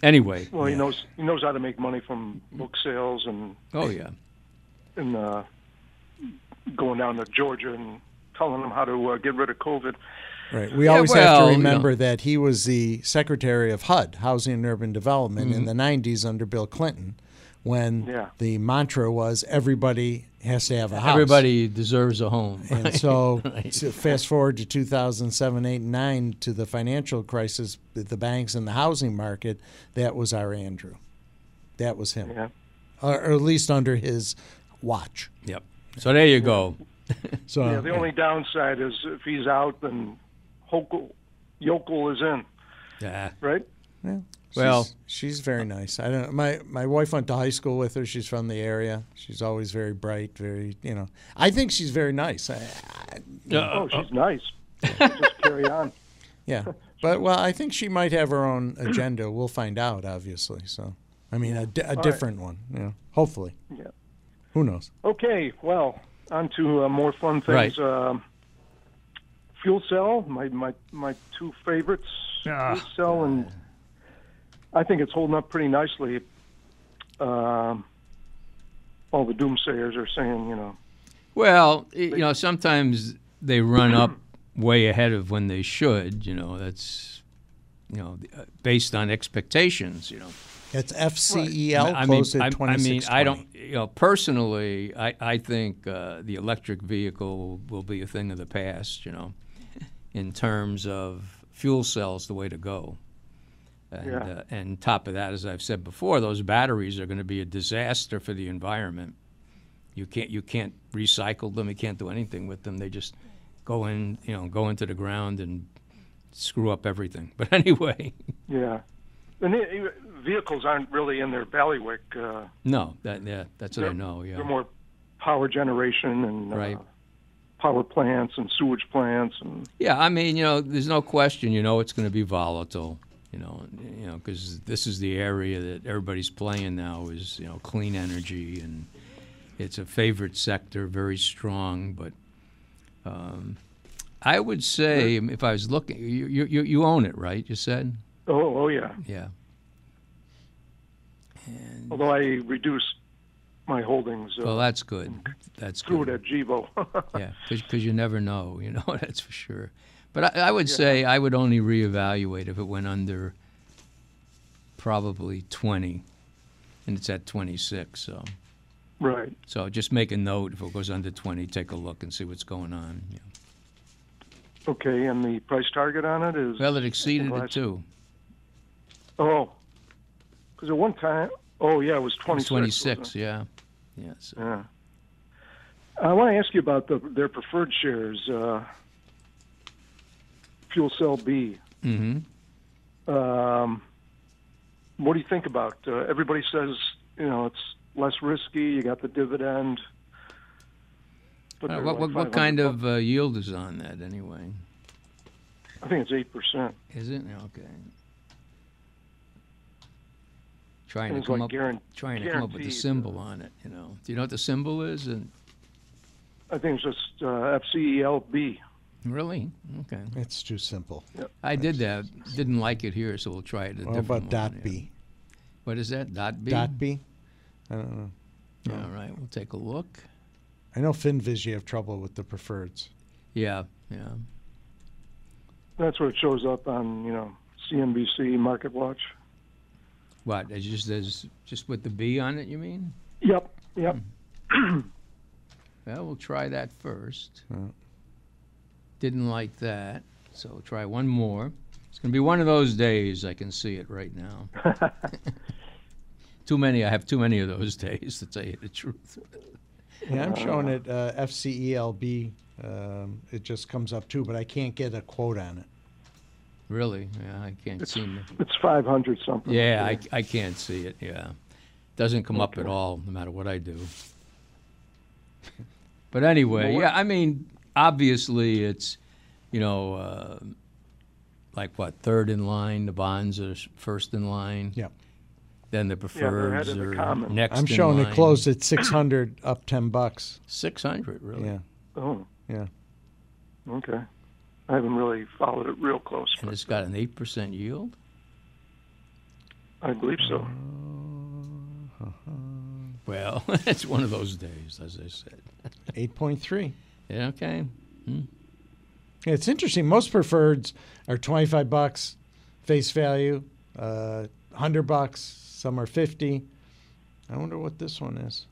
[SPEAKER 2] Anyway,
[SPEAKER 6] Well, he knows he knows how to make money from book sales and
[SPEAKER 2] oh yeah,
[SPEAKER 6] and uh, going down to Georgia and telling them how to uh, get rid of COVID.
[SPEAKER 3] right. We
[SPEAKER 2] Yeah,
[SPEAKER 3] always
[SPEAKER 2] well,
[SPEAKER 3] have
[SPEAKER 2] you
[SPEAKER 3] to
[SPEAKER 2] know.
[SPEAKER 3] remember that he was the secretary of HUD, Housing and Urban Development,
[SPEAKER 2] Mm-hmm.
[SPEAKER 3] in the '90s under Bill Clinton, when
[SPEAKER 6] Yeah.
[SPEAKER 3] the mantra was everybody has to have a house.
[SPEAKER 2] everybody deserves a home.
[SPEAKER 3] And so, so fast forward to 2007, 8, and 9 to the financial crisis, with the banks and the housing market. That was our Andrew. That was him,
[SPEAKER 6] Yeah.
[SPEAKER 3] or, or at least under his watch.
[SPEAKER 2] Yep. So there you go.
[SPEAKER 3] So
[SPEAKER 6] Yeah, the only downside is if he's out, then Hochul, Yokel is in,
[SPEAKER 2] Yeah.
[SPEAKER 6] right?
[SPEAKER 3] yeah, she's-
[SPEAKER 2] Well-
[SPEAKER 3] she's very nice. I don't. My my wife went to high school with her. She's from the area. She's always very bright. Very you know. I think she's very nice. I,
[SPEAKER 6] Oh, she's nice. Just carry on.
[SPEAKER 3] yeah, but well, I think she might have her own agenda. We'll find out, obviously. So I mean, a, di- a different one. You know, hopefully.
[SPEAKER 6] Yeah.
[SPEAKER 3] Who knows?
[SPEAKER 6] Okay, well, on to uh, more fun things.
[SPEAKER 2] Right.
[SPEAKER 6] Um, fuel cell, my my my two favorites.
[SPEAKER 5] Ah.
[SPEAKER 6] Fuel cell, and I think it's holding up pretty nicely. Um, all the doomsayers are saying, you know,
[SPEAKER 2] Well, y- you know, sometimes they run up way ahead of when they should. You know, that's you know the- uh, based on expectations. You know,
[SPEAKER 3] It's E FCEL closed at
[SPEAKER 2] I, I mean,
[SPEAKER 3] 26.
[SPEAKER 2] I don't. You know, personally, I I think uh, the electric vehicle will be a thing of the past. You know, in terms of fuel cells, the way to go. And,
[SPEAKER 6] Yeah.
[SPEAKER 2] uh, and top of that, as I've said before, those batteries are going to be a disaster for the environment. You can't you can't recycle them. You can't do anything with them. They just go in you know go into the ground and screw up everything. But anyway,
[SPEAKER 6] yeah. And they, vehicles aren't really in their ballywick. Uh,
[SPEAKER 2] no, that yeah, that's what I know. Yeah,
[SPEAKER 6] They're more power generation and uh,
[SPEAKER 2] Right.
[SPEAKER 6] power plants and sewage plants and
[SPEAKER 2] Yeah, I mean, you know, there's no question. You know, it's going to be volatile. You know, and, you know, because this is the area that everybody's playing now is you know clean energy, and it's a favorite sector, very strong. But um, I would say, if I was looking, you you you- you own it, right? You said,
[SPEAKER 6] oh oh yeah.
[SPEAKER 2] yeah.
[SPEAKER 6] Although I reduced my holdings uh,
[SPEAKER 2] Well, that's good. That's
[SPEAKER 6] through
[SPEAKER 2] good.
[SPEAKER 6] it at Givo.
[SPEAKER 2] Yeah, because you never know, you know, that's for sure. But I, I would say I would only reevaluate if it went under probably 20, and it's at 26. So,
[SPEAKER 6] right.
[SPEAKER 2] so just make a note if it goes under 20, take a look and see what's going on. Yeah.
[SPEAKER 6] Okay, and the price target on it is
[SPEAKER 2] Well, it exceeded
[SPEAKER 6] Well,
[SPEAKER 2] it
[SPEAKER 6] that's-
[SPEAKER 2] too.
[SPEAKER 6] oh, because at one time oh yeah it was
[SPEAKER 2] It was
[SPEAKER 6] twenty
[SPEAKER 2] 26, yeah, yeah. So.
[SPEAKER 6] Yeah. I want to ask you about the, their preferred shares, uh,
[SPEAKER 2] mm-hmm.
[SPEAKER 6] Fuel Cell B.
[SPEAKER 2] hmm
[SPEAKER 6] Um, what do you think about? Uh, everybody says you know it's less risky. You got the dividend. But
[SPEAKER 2] Uh,
[SPEAKER 6] they're
[SPEAKER 2] what,
[SPEAKER 6] like
[SPEAKER 2] what, what
[SPEAKER 6] 500
[SPEAKER 2] kind
[SPEAKER 6] bucks.
[SPEAKER 2] of uh, yield is on that anyway?
[SPEAKER 6] I think it's eight percent.
[SPEAKER 2] Is it okay? Trying
[SPEAKER 6] And
[SPEAKER 2] to
[SPEAKER 6] it's
[SPEAKER 2] come
[SPEAKER 6] like
[SPEAKER 2] up,
[SPEAKER 6] guaran-
[SPEAKER 2] trying to come up with the
[SPEAKER 6] guaranteed, uh,
[SPEAKER 2] symbol on it. You know, do you know what the symbol is? And
[SPEAKER 6] I think it's just uh, FCELB.
[SPEAKER 2] really, okay,
[SPEAKER 3] It's too simple.
[SPEAKER 2] I did that. Didn't like it here, so we'll try it. A
[SPEAKER 3] What
[SPEAKER 2] different
[SPEAKER 3] about
[SPEAKER 2] one,
[SPEAKER 3] dot
[SPEAKER 2] yeah.
[SPEAKER 3] B?
[SPEAKER 2] What is that? Dot B.
[SPEAKER 3] Dot B? I don't know.
[SPEAKER 2] All right, we'll take a look.
[SPEAKER 3] I know FinViz, you have trouble with the preferreds.
[SPEAKER 2] Yeah, yeah.
[SPEAKER 6] That's where it shows up on you know CNBC Market Watch.
[SPEAKER 2] What? It's just there's just with the B on it. You mean?
[SPEAKER 6] Yep, yep.
[SPEAKER 2] Hmm. Yeah, we'll try that first.
[SPEAKER 3] Yeah.
[SPEAKER 2] Didn't like that, so we'll try one more. It's going to be one of those days. I can see it right now. too many. I have too many of those days to tell you the truth.
[SPEAKER 3] Yeah, I'm showing it uh, FCELB. Um, it just comes up too, but I can't get a quote on it.
[SPEAKER 2] Really, yeah, I can't seem. To,
[SPEAKER 6] It's five hundred something.
[SPEAKER 2] yeah, I, I can't see it. Yeah, doesn't come up at all, no matter what I do. But anyway, yeah, I mean, obviously, it's you know, uh, like what third in line, the bonds are s- first in line.
[SPEAKER 3] Yeah.
[SPEAKER 2] Then the
[SPEAKER 6] they're
[SPEAKER 2] preferreds
[SPEAKER 6] ahead of the
[SPEAKER 2] are
[SPEAKER 6] common.
[SPEAKER 2] next. in
[SPEAKER 3] I'm showing
[SPEAKER 2] line.
[SPEAKER 3] it closed at 600, up 10 bucks.
[SPEAKER 2] 600, really.
[SPEAKER 3] Yeah.
[SPEAKER 6] Oh.
[SPEAKER 3] Yeah.
[SPEAKER 6] Okay. I haven't really followed it real close,
[SPEAKER 2] And
[SPEAKER 6] but
[SPEAKER 2] it's got an 8% yield.
[SPEAKER 6] I believe so.
[SPEAKER 2] Well, it's one of those days, as I said.
[SPEAKER 3] 8.3.
[SPEAKER 2] Yeah, okay. Hmm.
[SPEAKER 3] Yeah, it's interesting. Most preferreds are 25 bucks face value, uh, 100 bucks. Some are 50. I wonder what this one is.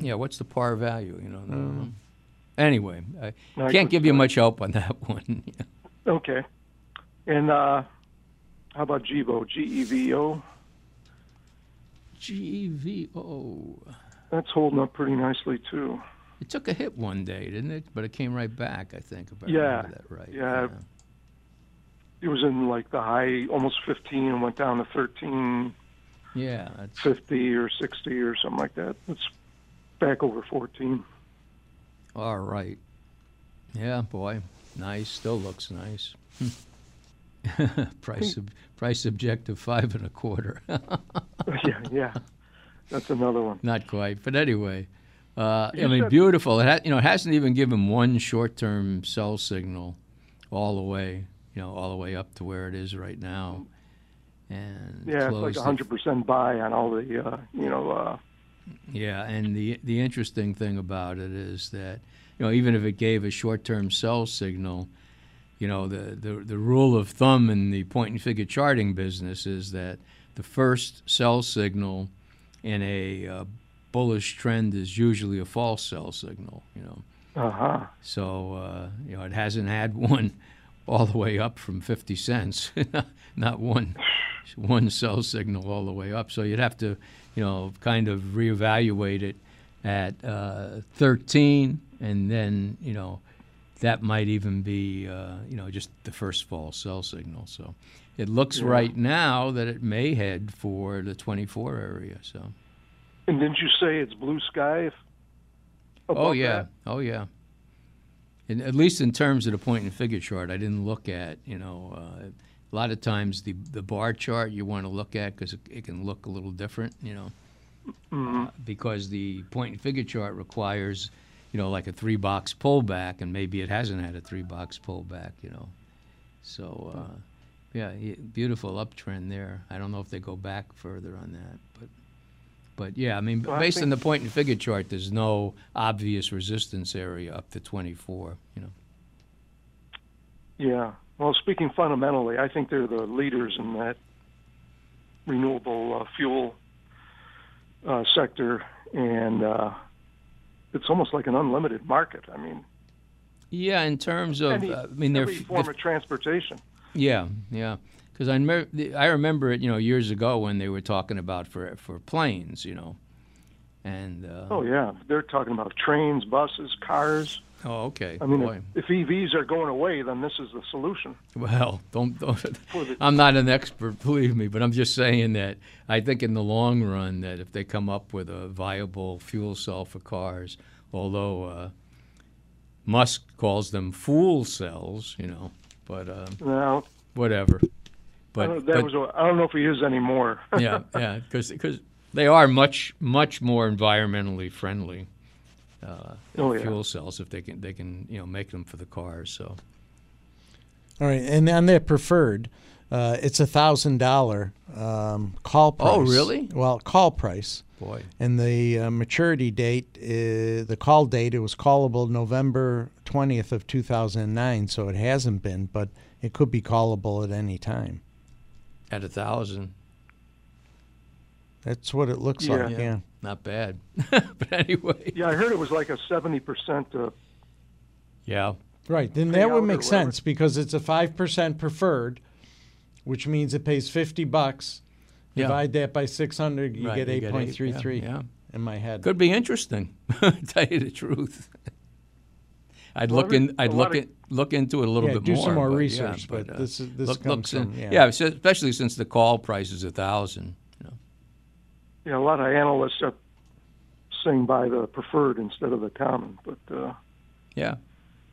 [SPEAKER 2] Yeah, what's the par value? You know. the-
[SPEAKER 3] Uh-huh.
[SPEAKER 2] Anyway, I
[SPEAKER 6] No, I
[SPEAKER 2] can't
[SPEAKER 6] couldn't
[SPEAKER 2] give you
[SPEAKER 6] tell you.
[SPEAKER 2] much help on that one.
[SPEAKER 6] Okay. And uh, how about GEVO? G E V O.
[SPEAKER 2] E GVO.
[SPEAKER 6] That's holding up pretty nicely too.
[SPEAKER 2] It took a hit one day, didn't it? But it came right back, I think, if I
[SPEAKER 6] Yeah,
[SPEAKER 2] remember that right.
[SPEAKER 6] yeah. It was in like the high, almost 15, and went down to 1350
[SPEAKER 2] Yeah, that's,
[SPEAKER 6] or 60 or something like that. It's back over 14.
[SPEAKER 2] All right. Yeah, boy. Nice. Still looks nice. price sub- price subjective five and a quarter.
[SPEAKER 6] yeah, yeah. That's another one.
[SPEAKER 2] Not quite, but anyway. Uh, I
[SPEAKER 6] You
[SPEAKER 2] mean,
[SPEAKER 6] said-
[SPEAKER 2] beautiful. It ha- you know, it hasn't even given one short-term sell signal all the way, you know, all the way up to where it is right now, and
[SPEAKER 6] Yeah, it's like
[SPEAKER 2] closed at
[SPEAKER 6] 100% buy on all the, uh, you know, uh,
[SPEAKER 2] Yeah, and the the interesting thing about it is that you know even if it gave a short-term sell signal, you know the the, the rule of thumb in the point and figure charting business is that the first sell signal in a uh, bullish trend is usually a false sell signal. You know,
[SPEAKER 6] uh huh.
[SPEAKER 2] so uh, you know it hasn't had one all the way up from fifty cents, not one one sell signal all the way up. So you'd have to, you know, kind of reevaluate it at uh, thirteen, and then you know that might even be uh, you know just the first false sell signal. So it looks right now that it may head for the twenty-four area. So
[SPEAKER 6] And didn't you say it's blue sky? If,
[SPEAKER 2] Oh
[SPEAKER 6] above
[SPEAKER 2] yeah,
[SPEAKER 6] that?
[SPEAKER 2] oh yeah. And at least in terms of the point and figure chart, I didn't look at you know. Uh, a lot of times the the bar chart you want to look at because it, it can look a little different, you know,
[SPEAKER 6] mm,
[SPEAKER 2] uh, because the point and figure chart requires, you know, like a three box pullback, and maybe it hasn't had a three box pullback, you know. So, uh, yeah, y- beautiful uptrend there. I don't know if they go back further on that, but but yeah, I mean, b
[SPEAKER 6] I
[SPEAKER 2] based on
[SPEAKER 6] think-
[SPEAKER 2] the point and figure chart, there's no obvious resistance area up to 24. You know,
[SPEAKER 6] Yeah. Well, speaking fundamentally, I think they're the leaders in that renewable uh, fuel uh, sector, and uh, it's almost like an unlimited market. I mean,
[SPEAKER 2] yeah, in terms of,
[SPEAKER 6] any,
[SPEAKER 2] uh, I mean, they're
[SPEAKER 6] every form of transportation.
[SPEAKER 2] Yeah, yeah. Because I remember, I remember it, you know, years ago when they were talking about for for planes, you know, and uh,
[SPEAKER 6] Oh yeah, they're talking about trains, buses, cars.
[SPEAKER 2] Oh, okay.
[SPEAKER 6] I mean,
[SPEAKER 2] Boy.
[SPEAKER 6] if, if EVs are going away, then this is the solution.
[SPEAKER 2] Well, don't, don't.
[SPEAKER 6] the-
[SPEAKER 2] I'm not an expert, believe me, but I'm just saying that I think in the long run that if they come up with a viable fuel cell for cars, although uh, Musk calls them fool cells, you know, but um,
[SPEAKER 6] Now,
[SPEAKER 2] whatever.
[SPEAKER 6] I Uh, don't,
[SPEAKER 2] But,
[SPEAKER 6] know, that
[SPEAKER 2] but
[SPEAKER 6] was a, I don't know if he is anymore.
[SPEAKER 2] yeah, yeah, because they are much much more environmentally friendly uh,
[SPEAKER 6] oh, yeah.
[SPEAKER 2] fuel cells if they can they can you know make them for the cars. So
[SPEAKER 3] All right, and on their preferred, uh, it's a thousand dollar um, call price.
[SPEAKER 2] Oh, really?
[SPEAKER 3] Well, call price,
[SPEAKER 2] boy,
[SPEAKER 3] and the uh, maturity date, uh, the call date, it was callable November twentieth of two thousand and nine, so it hasn't been, but it could be callable at any time.
[SPEAKER 2] at a thousand.
[SPEAKER 3] That's what it looks
[SPEAKER 6] Yeah.
[SPEAKER 3] like. Yeah.
[SPEAKER 2] Not bad, but anyway,
[SPEAKER 6] Yeah, I heard it was like a 70% uh,
[SPEAKER 2] yeah.
[SPEAKER 3] Right. Then
[SPEAKER 6] Payout
[SPEAKER 3] that
[SPEAKER 6] or
[SPEAKER 3] would make
[SPEAKER 6] whatever.
[SPEAKER 3] sense because it's a five percent preferred, which means it pays fifty bucks.
[SPEAKER 2] Yeah.
[SPEAKER 3] Divide that by six hundred, you
[SPEAKER 2] Right,
[SPEAKER 3] get
[SPEAKER 2] you
[SPEAKER 3] eight
[SPEAKER 2] get
[SPEAKER 3] point
[SPEAKER 2] eight,
[SPEAKER 3] three three.
[SPEAKER 2] yeah, yeah.
[SPEAKER 3] In my head.
[SPEAKER 2] Could be interesting. tell you the truth. I'd
[SPEAKER 6] Well,
[SPEAKER 2] look in.
[SPEAKER 6] every-
[SPEAKER 2] I'd
[SPEAKER 6] a
[SPEAKER 2] look
[SPEAKER 6] lot of-
[SPEAKER 2] in, look into it a little
[SPEAKER 3] Yeah,
[SPEAKER 2] bit
[SPEAKER 3] do
[SPEAKER 2] more.
[SPEAKER 3] some more
[SPEAKER 2] but, uh, yeah,
[SPEAKER 3] research, but this is- this comes
[SPEAKER 2] in-
[SPEAKER 3] from- yeah.
[SPEAKER 2] so- especially since the call price is a thousand. You know.
[SPEAKER 6] you know, a lot of analysts are saying by the preferred instead of the common. But uh,
[SPEAKER 2] Yeah.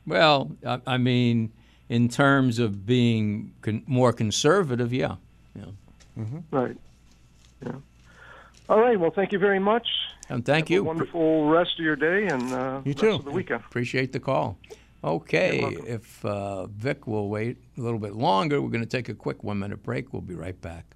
[SPEAKER 2] Well, I, I mean, in terms of being con- more conservative, yeah. yeah. Mm-hmm.
[SPEAKER 6] right, yeah. All right. Well, thank you very much.
[SPEAKER 2] And thank
[SPEAKER 6] Have a
[SPEAKER 2] you.
[SPEAKER 6] wonderful rest of your day and uh,
[SPEAKER 3] You
[SPEAKER 6] rest
[SPEAKER 3] too.
[SPEAKER 6] of the weekend.
[SPEAKER 2] Appreciate the call. Okay,
[SPEAKER 6] You're welcome.
[SPEAKER 2] if uh, Vic will wait a little bit longer, we're going to take a quick one minute break. We'll be right back.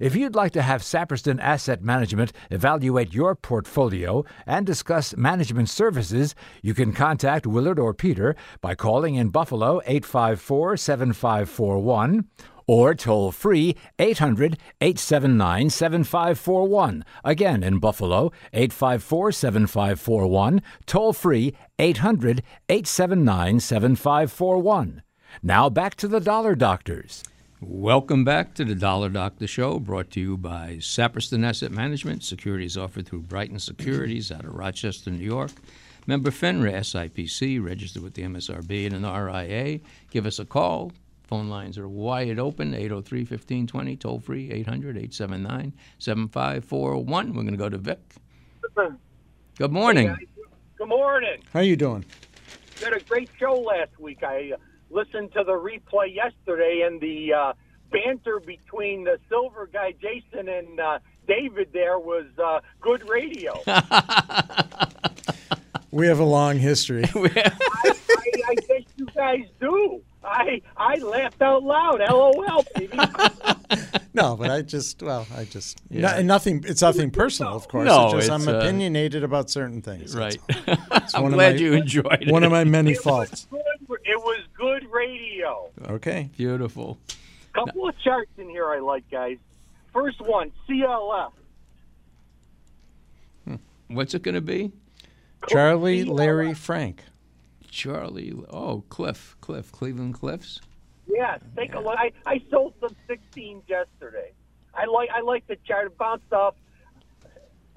[SPEAKER 1] If you'd like to have Saperston Asset Management evaluate your portfolio and discuss management services, you can contact Willard or Peter by calling in Buffalo 854 7541 or toll free 800 879 7541. Again, in Buffalo 854 7541, toll free 800 879 7541. Now back to the Dollar Doctors.
[SPEAKER 2] Welcome back to the Dollar Doctor Show, brought to you by Saperston Asset Management. Securities offered through Brighton Securities out of Rochester, New York. Member FINRA SIPC, registered with the MSRB and an RIA. Give us a call. Phone lines are wide open, 803 1520, toll free 800 879 7541. oh We're going to go to Vic. Good morning.
[SPEAKER 5] Good morning.
[SPEAKER 3] How you doing?
[SPEAKER 5] You had a great show last week. I uh, listened to the replay yesterday and the uh, banter between the silver guy Jason and uh, David there was uh, good radio. I,
[SPEAKER 3] We have a long history.
[SPEAKER 5] I guess you guys do. I I laughed out loud. LOL, baby.
[SPEAKER 3] no, but I just well, I just no- nothing. It's nothing personal, of course.
[SPEAKER 2] No,
[SPEAKER 3] it's just
[SPEAKER 2] it's,
[SPEAKER 3] I'm
[SPEAKER 2] uh,
[SPEAKER 3] opinionated about certain things.
[SPEAKER 2] Right.
[SPEAKER 3] one
[SPEAKER 2] I'm
[SPEAKER 3] of
[SPEAKER 2] glad
[SPEAKER 3] my-
[SPEAKER 2] you enjoyed it.
[SPEAKER 3] One of my many
[SPEAKER 5] It was
[SPEAKER 3] faults.
[SPEAKER 5] good. It was good radio.
[SPEAKER 3] Okay.
[SPEAKER 2] Beautiful.
[SPEAKER 5] Couple of charts in here I like, guys. First one, CLF.
[SPEAKER 2] What's it going to be?
[SPEAKER 3] Charlie, Larry, Frank.
[SPEAKER 2] Charlie. Oh, Cliff. Cliff. Cleveland Cliffs.
[SPEAKER 5] Yes, take a look. I, I sold some 16s yesterday. I like I like the chart. It bounced up.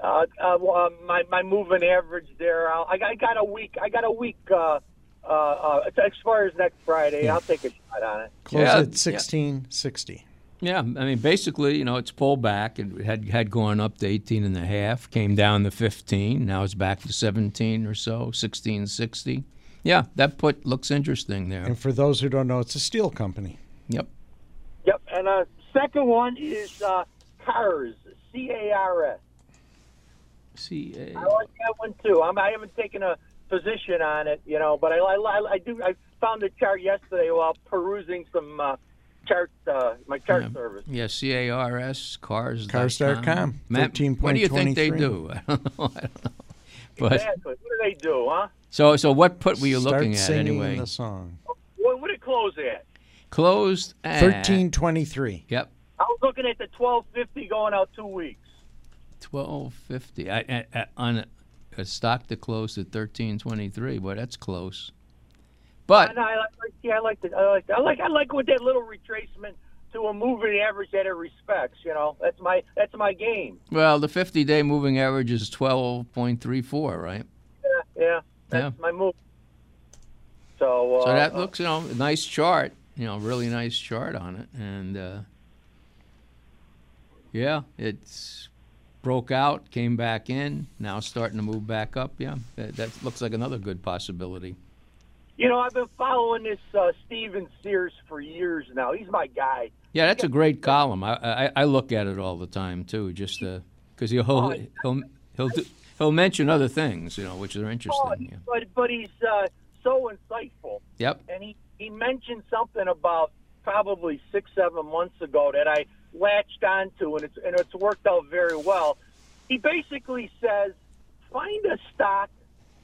[SPEAKER 5] Uh, uh, well, uh, my my moving average there. I'll, I, got, I got a week. I got a week. Uh, uh, uh, it expires next Friday. I'll take a shot on it.
[SPEAKER 3] Close
[SPEAKER 2] Yeah,
[SPEAKER 3] at
[SPEAKER 2] yeah.
[SPEAKER 3] sixteen sixty.
[SPEAKER 2] Yeah, I mean, basically, you know, it's pulled back. It had had gone up to 18 and a half, came down to 15. Now it's back to 17 or so, 1660. Yeah, that put looks interesting there.
[SPEAKER 3] And for those who don't know, it's a steel company.
[SPEAKER 2] Yep.
[SPEAKER 5] Yep. And uh, second one is uh, cars. C A R S.
[SPEAKER 2] See,
[SPEAKER 5] I
[SPEAKER 2] uh,
[SPEAKER 5] like that one too. I'm, I haven't taken a position on it, you know, but I, I, I do. I found a chart yesterday while perusing some uh, chart, uh, my chart service.
[SPEAKER 2] yeah, C A R S cars.
[SPEAKER 3] Cars.com,
[SPEAKER 2] Matt, what do you think they
[SPEAKER 3] 13.23.
[SPEAKER 2] do? I don't know. I don't know. But
[SPEAKER 5] Exactly. What do they do, huh?
[SPEAKER 2] So, so what put were you looking
[SPEAKER 3] Start
[SPEAKER 2] at
[SPEAKER 3] singing
[SPEAKER 2] anyway?
[SPEAKER 3] the song.
[SPEAKER 5] What would it close at?
[SPEAKER 2] Closed at
[SPEAKER 3] 1323.
[SPEAKER 2] Yep,
[SPEAKER 5] I was looking at the 1250 going out two weeks.
[SPEAKER 2] twelve fifty. I, I, I, on a, a stock that closed at thirteen twenty three. Boy, that's close. But
[SPEAKER 5] And I like, yeah, I like, the, I like, I like, I like with that little retracement to a moving average that it respects. You know, that's my, that's my game.
[SPEAKER 2] well, the fifty day moving average is twelve point three four, right?
[SPEAKER 5] Yeah, yeah that's
[SPEAKER 2] Yeah.
[SPEAKER 5] my move. So, uh,
[SPEAKER 2] So that
[SPEAKER 5] uh,
[SPEAKER 2] looks, you know, a nice chart. You know, really nice chart on it, and uh, yeah, it's broke out, came back in, now starting to move back up. Yeah, that, that looks like another good possibility.
[SPEAKER 5] you know, I've been following this uh, Steven Sears for years now. He's my guy.
[SPEAKER 2] Yeah, that's a great column. I I, I look at it all the time too, just because he'll he'll he'll he'll, do, he'll mention other things, you know, which are
[SPEAKER 5] Oh,
[SPEAKER 2] interesting. Yeah.
[SPEAKER 5] but but he's uh, so insightful.
[SPEAKER 2] Yep.
[SPEAKER 5] and he, he mentioned something about probably six, seven months ago that I latched onto, and it's and it's worked out very well. He basically says, find a stock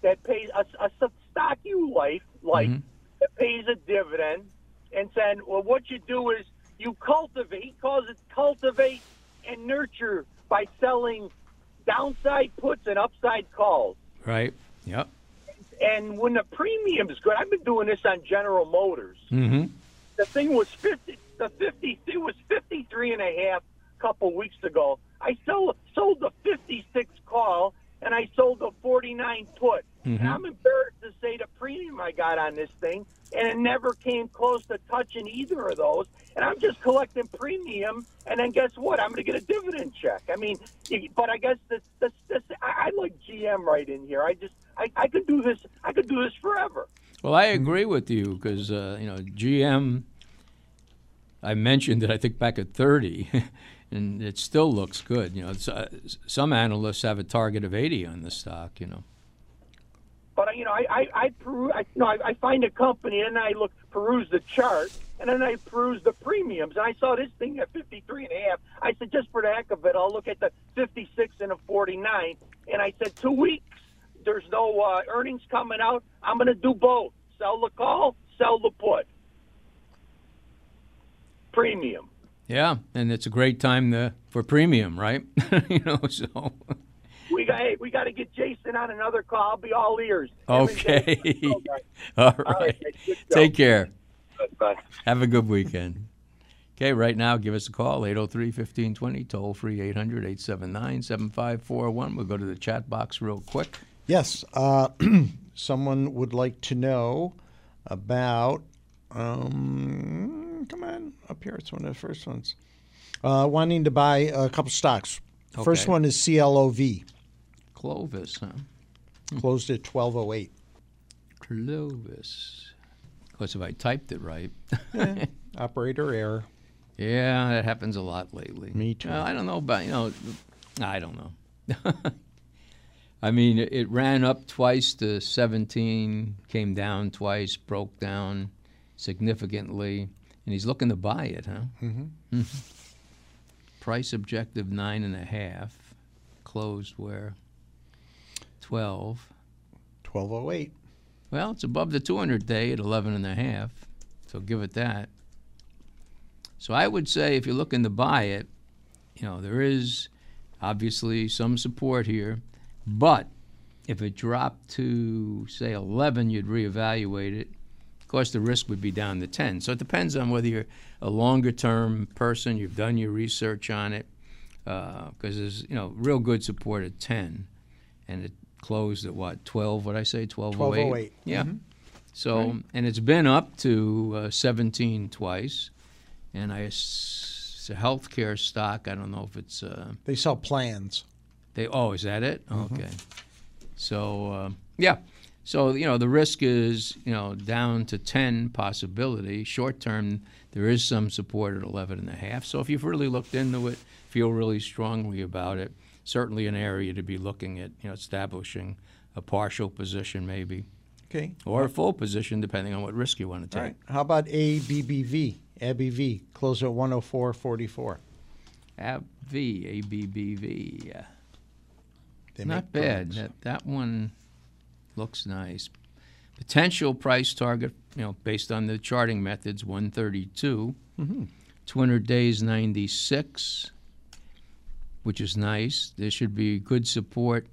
[SPEAKER 5] that pays a, a s- stock you like, like that pays a dividend, and then well, what you do is you cultivate. He calls it cultivate and nurture by selling downside puts and upside calls.
[SPEAKER 2] Right. Yep.
[SPEAKER 5] And when the premium's good, I've been doing this on General Motors. Mm-hmm. The thing was fifty. The fifty. It was fifty-three and a half. A couple weeks ago, I sold sold the fifty-six call and I sold the forty-nine put. And I'm embarrassed to say the premium I got on this thing, and it never came close to touching either of those. And I'm just collecting premium, and then guess what? I'm going to get a dividend check. I mean, you- but I guess this, this, this I, I like GM right in here. I just I, I could do this. I could do this forever.
[SPEAKER 2] Well, I agree with you because uh, you know GM. I mentioned it, I think, back at 30, and it still looks good. You know, it's, uh, s- some analysts have a target of 80 on the stock. You know,
[SPEAKER 5] But you know, I I, I, peru- I you know I, I find a company and I look peruse the chart and then I peruse the premiums. And I saw this thing at 53 and a half. I said just for the heck of it, I'll look at the 56 and a 49. And I said two weeks. There's no uh, earnings coming out. I'm going to do both: sell the call, sell the put. Premium.
[SPEAKER 2] yeah, and it's a great time to, for premium, right? you know, so
[SPEAKER 5] We got hey, we got to get Jason on another call. I'll be all ears. Every day.
[SPEAKER 2] okay, all
[SPEAKER 5] right,
[SPEAKER 2] right.
[SPEAKER 5] good show.
[SPEAKER 2] Take care.
[SPEAKER 5] Bye.
[SPEAKER 2] Have a good weekend. Okay, right now, give us a call, 803 1520, toll free 800 879 7541. We'll go to the chat box real quick.
[SPEAKER 3] Yes. Uh, someone would like to know about. Um, come on, up here. It's one of the first ones. Uh, wanting to buy a couple stocks. First
[SPEAKER 2] Okay.
[SPEAKER 3] one is CLOV,
[SPEAKER 2] Clovis, huh? Hmm.
[SPEAKER 3] closed at 1208.
[SPEAKER 2] Clovis. Of course, if I typed it right.
[SPEAKER 3] Operator error.
[SPEAKER 2] yeah, that happens a lot lately.
[SPEAKER 3] Me too.
[SPEAKER 2] Well, I don't know about, you know, I don't know. I mean, it- it ran up twice to 17, came down twice, broke down significantly, and he's looking to buy it, huh? Mm-hmm. Price objective nine and a half, closed where? 12.
[SPEAKER 3] 1208.
[SPEAKER 2] Well, it's above the 200 day at 11 and a half, so give it that. So I would say if you're looking to buy it, you know, there is obviously some support here, but if it dropped to say 11, you'd reevaluate it. Of course, the risk would be down to 10. So it depends on whether you're a longer term person, you've done your research on it, because there's, you know, real good support at 10 and it closed at what 12 what i say 1208
[SPEAKER 3] 1208.
[SPEAKER 2] yeah so and it's been up to uh, 17 twice and i s- it's a healthcare stock i don't know if it's uh,
[SPEAKER 3] They sell plans. Mm-hmm.
[SPEAKER 2] they oh is that it okay so uh, yeah so you know the risk is you know down to 10 possibility short term there is some support at 11 and a half so if you've really looked into it feel really strongly about it certainly an area to be looking at you know establishing a partial position maybe
[SPEAKER 3] Okay.
[SPEAKER 2] or a full position depending on what risk you want to
[SPEAKER 3] All
[SPEAKER 2] take
[SPEAKER 3] right. How about ABBV? ABV closed at 104.44.
[SPEAKER 2] abv abbv
[SPEAKER 3] They
[SPEAKER 2] not
[SPEAKER 3] make
[SPEAKER 2] bad
[SPEAKER 3] products.
[SPEAKER 2] that, that one looks nice. Potential price target, you know, based on the charting methods, 132.
[SPEAKER 3] Mm-hmm.
[SPEAKER 2] 200 days, 96, which is nice. There should be good support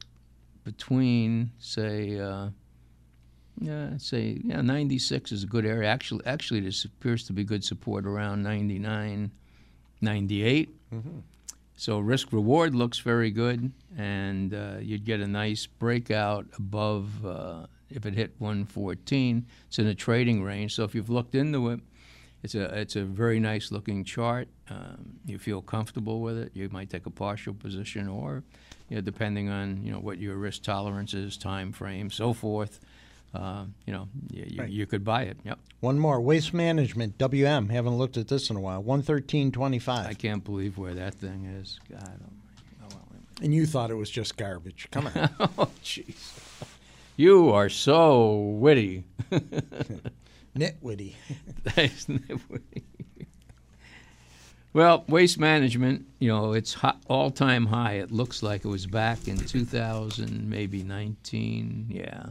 [SPEAKER 2] between, say, uh, yeah, I'd say yeah, 96 is a good area. Actually, actually, there appears to be good support around 99, 98.
[SPEAKER 3] Mm-hmm.
[SPEAKER 2] So risk reward looks very good, and uh, you'd get a nice breakout above uh, if it hit 114. It's in a trading range. So if you've looked into it, it's a it's a very nice looking chart. Um, you feel comfortable with it. You might take a partial position, or you know, depending on you know what your risk tolerance is, time frame, so forth. Uh, you know, you, you, you could buy it. Yep.
[SPEAKER 3] One more waste management WM. Haven't looked at this in a while. One thirteen twenty
[SPEAKER 2] I
[SPEAKER 3] five.
[SPEAKER 2] can't believe where that thing is. God, oh, my- oh, well,
[SPEAKER 3] And you thought it was just garbage. Come on.
[SPEAKER 2] Oh, jeez. You are so witty.
[SPEAKER 3] Nitwitty.
[SPEAKER 2] Thanks, Nitwitty. well, waste management, you know, it's ho- all-time high. It looks like it was back in 2000, maybe 19, yeah,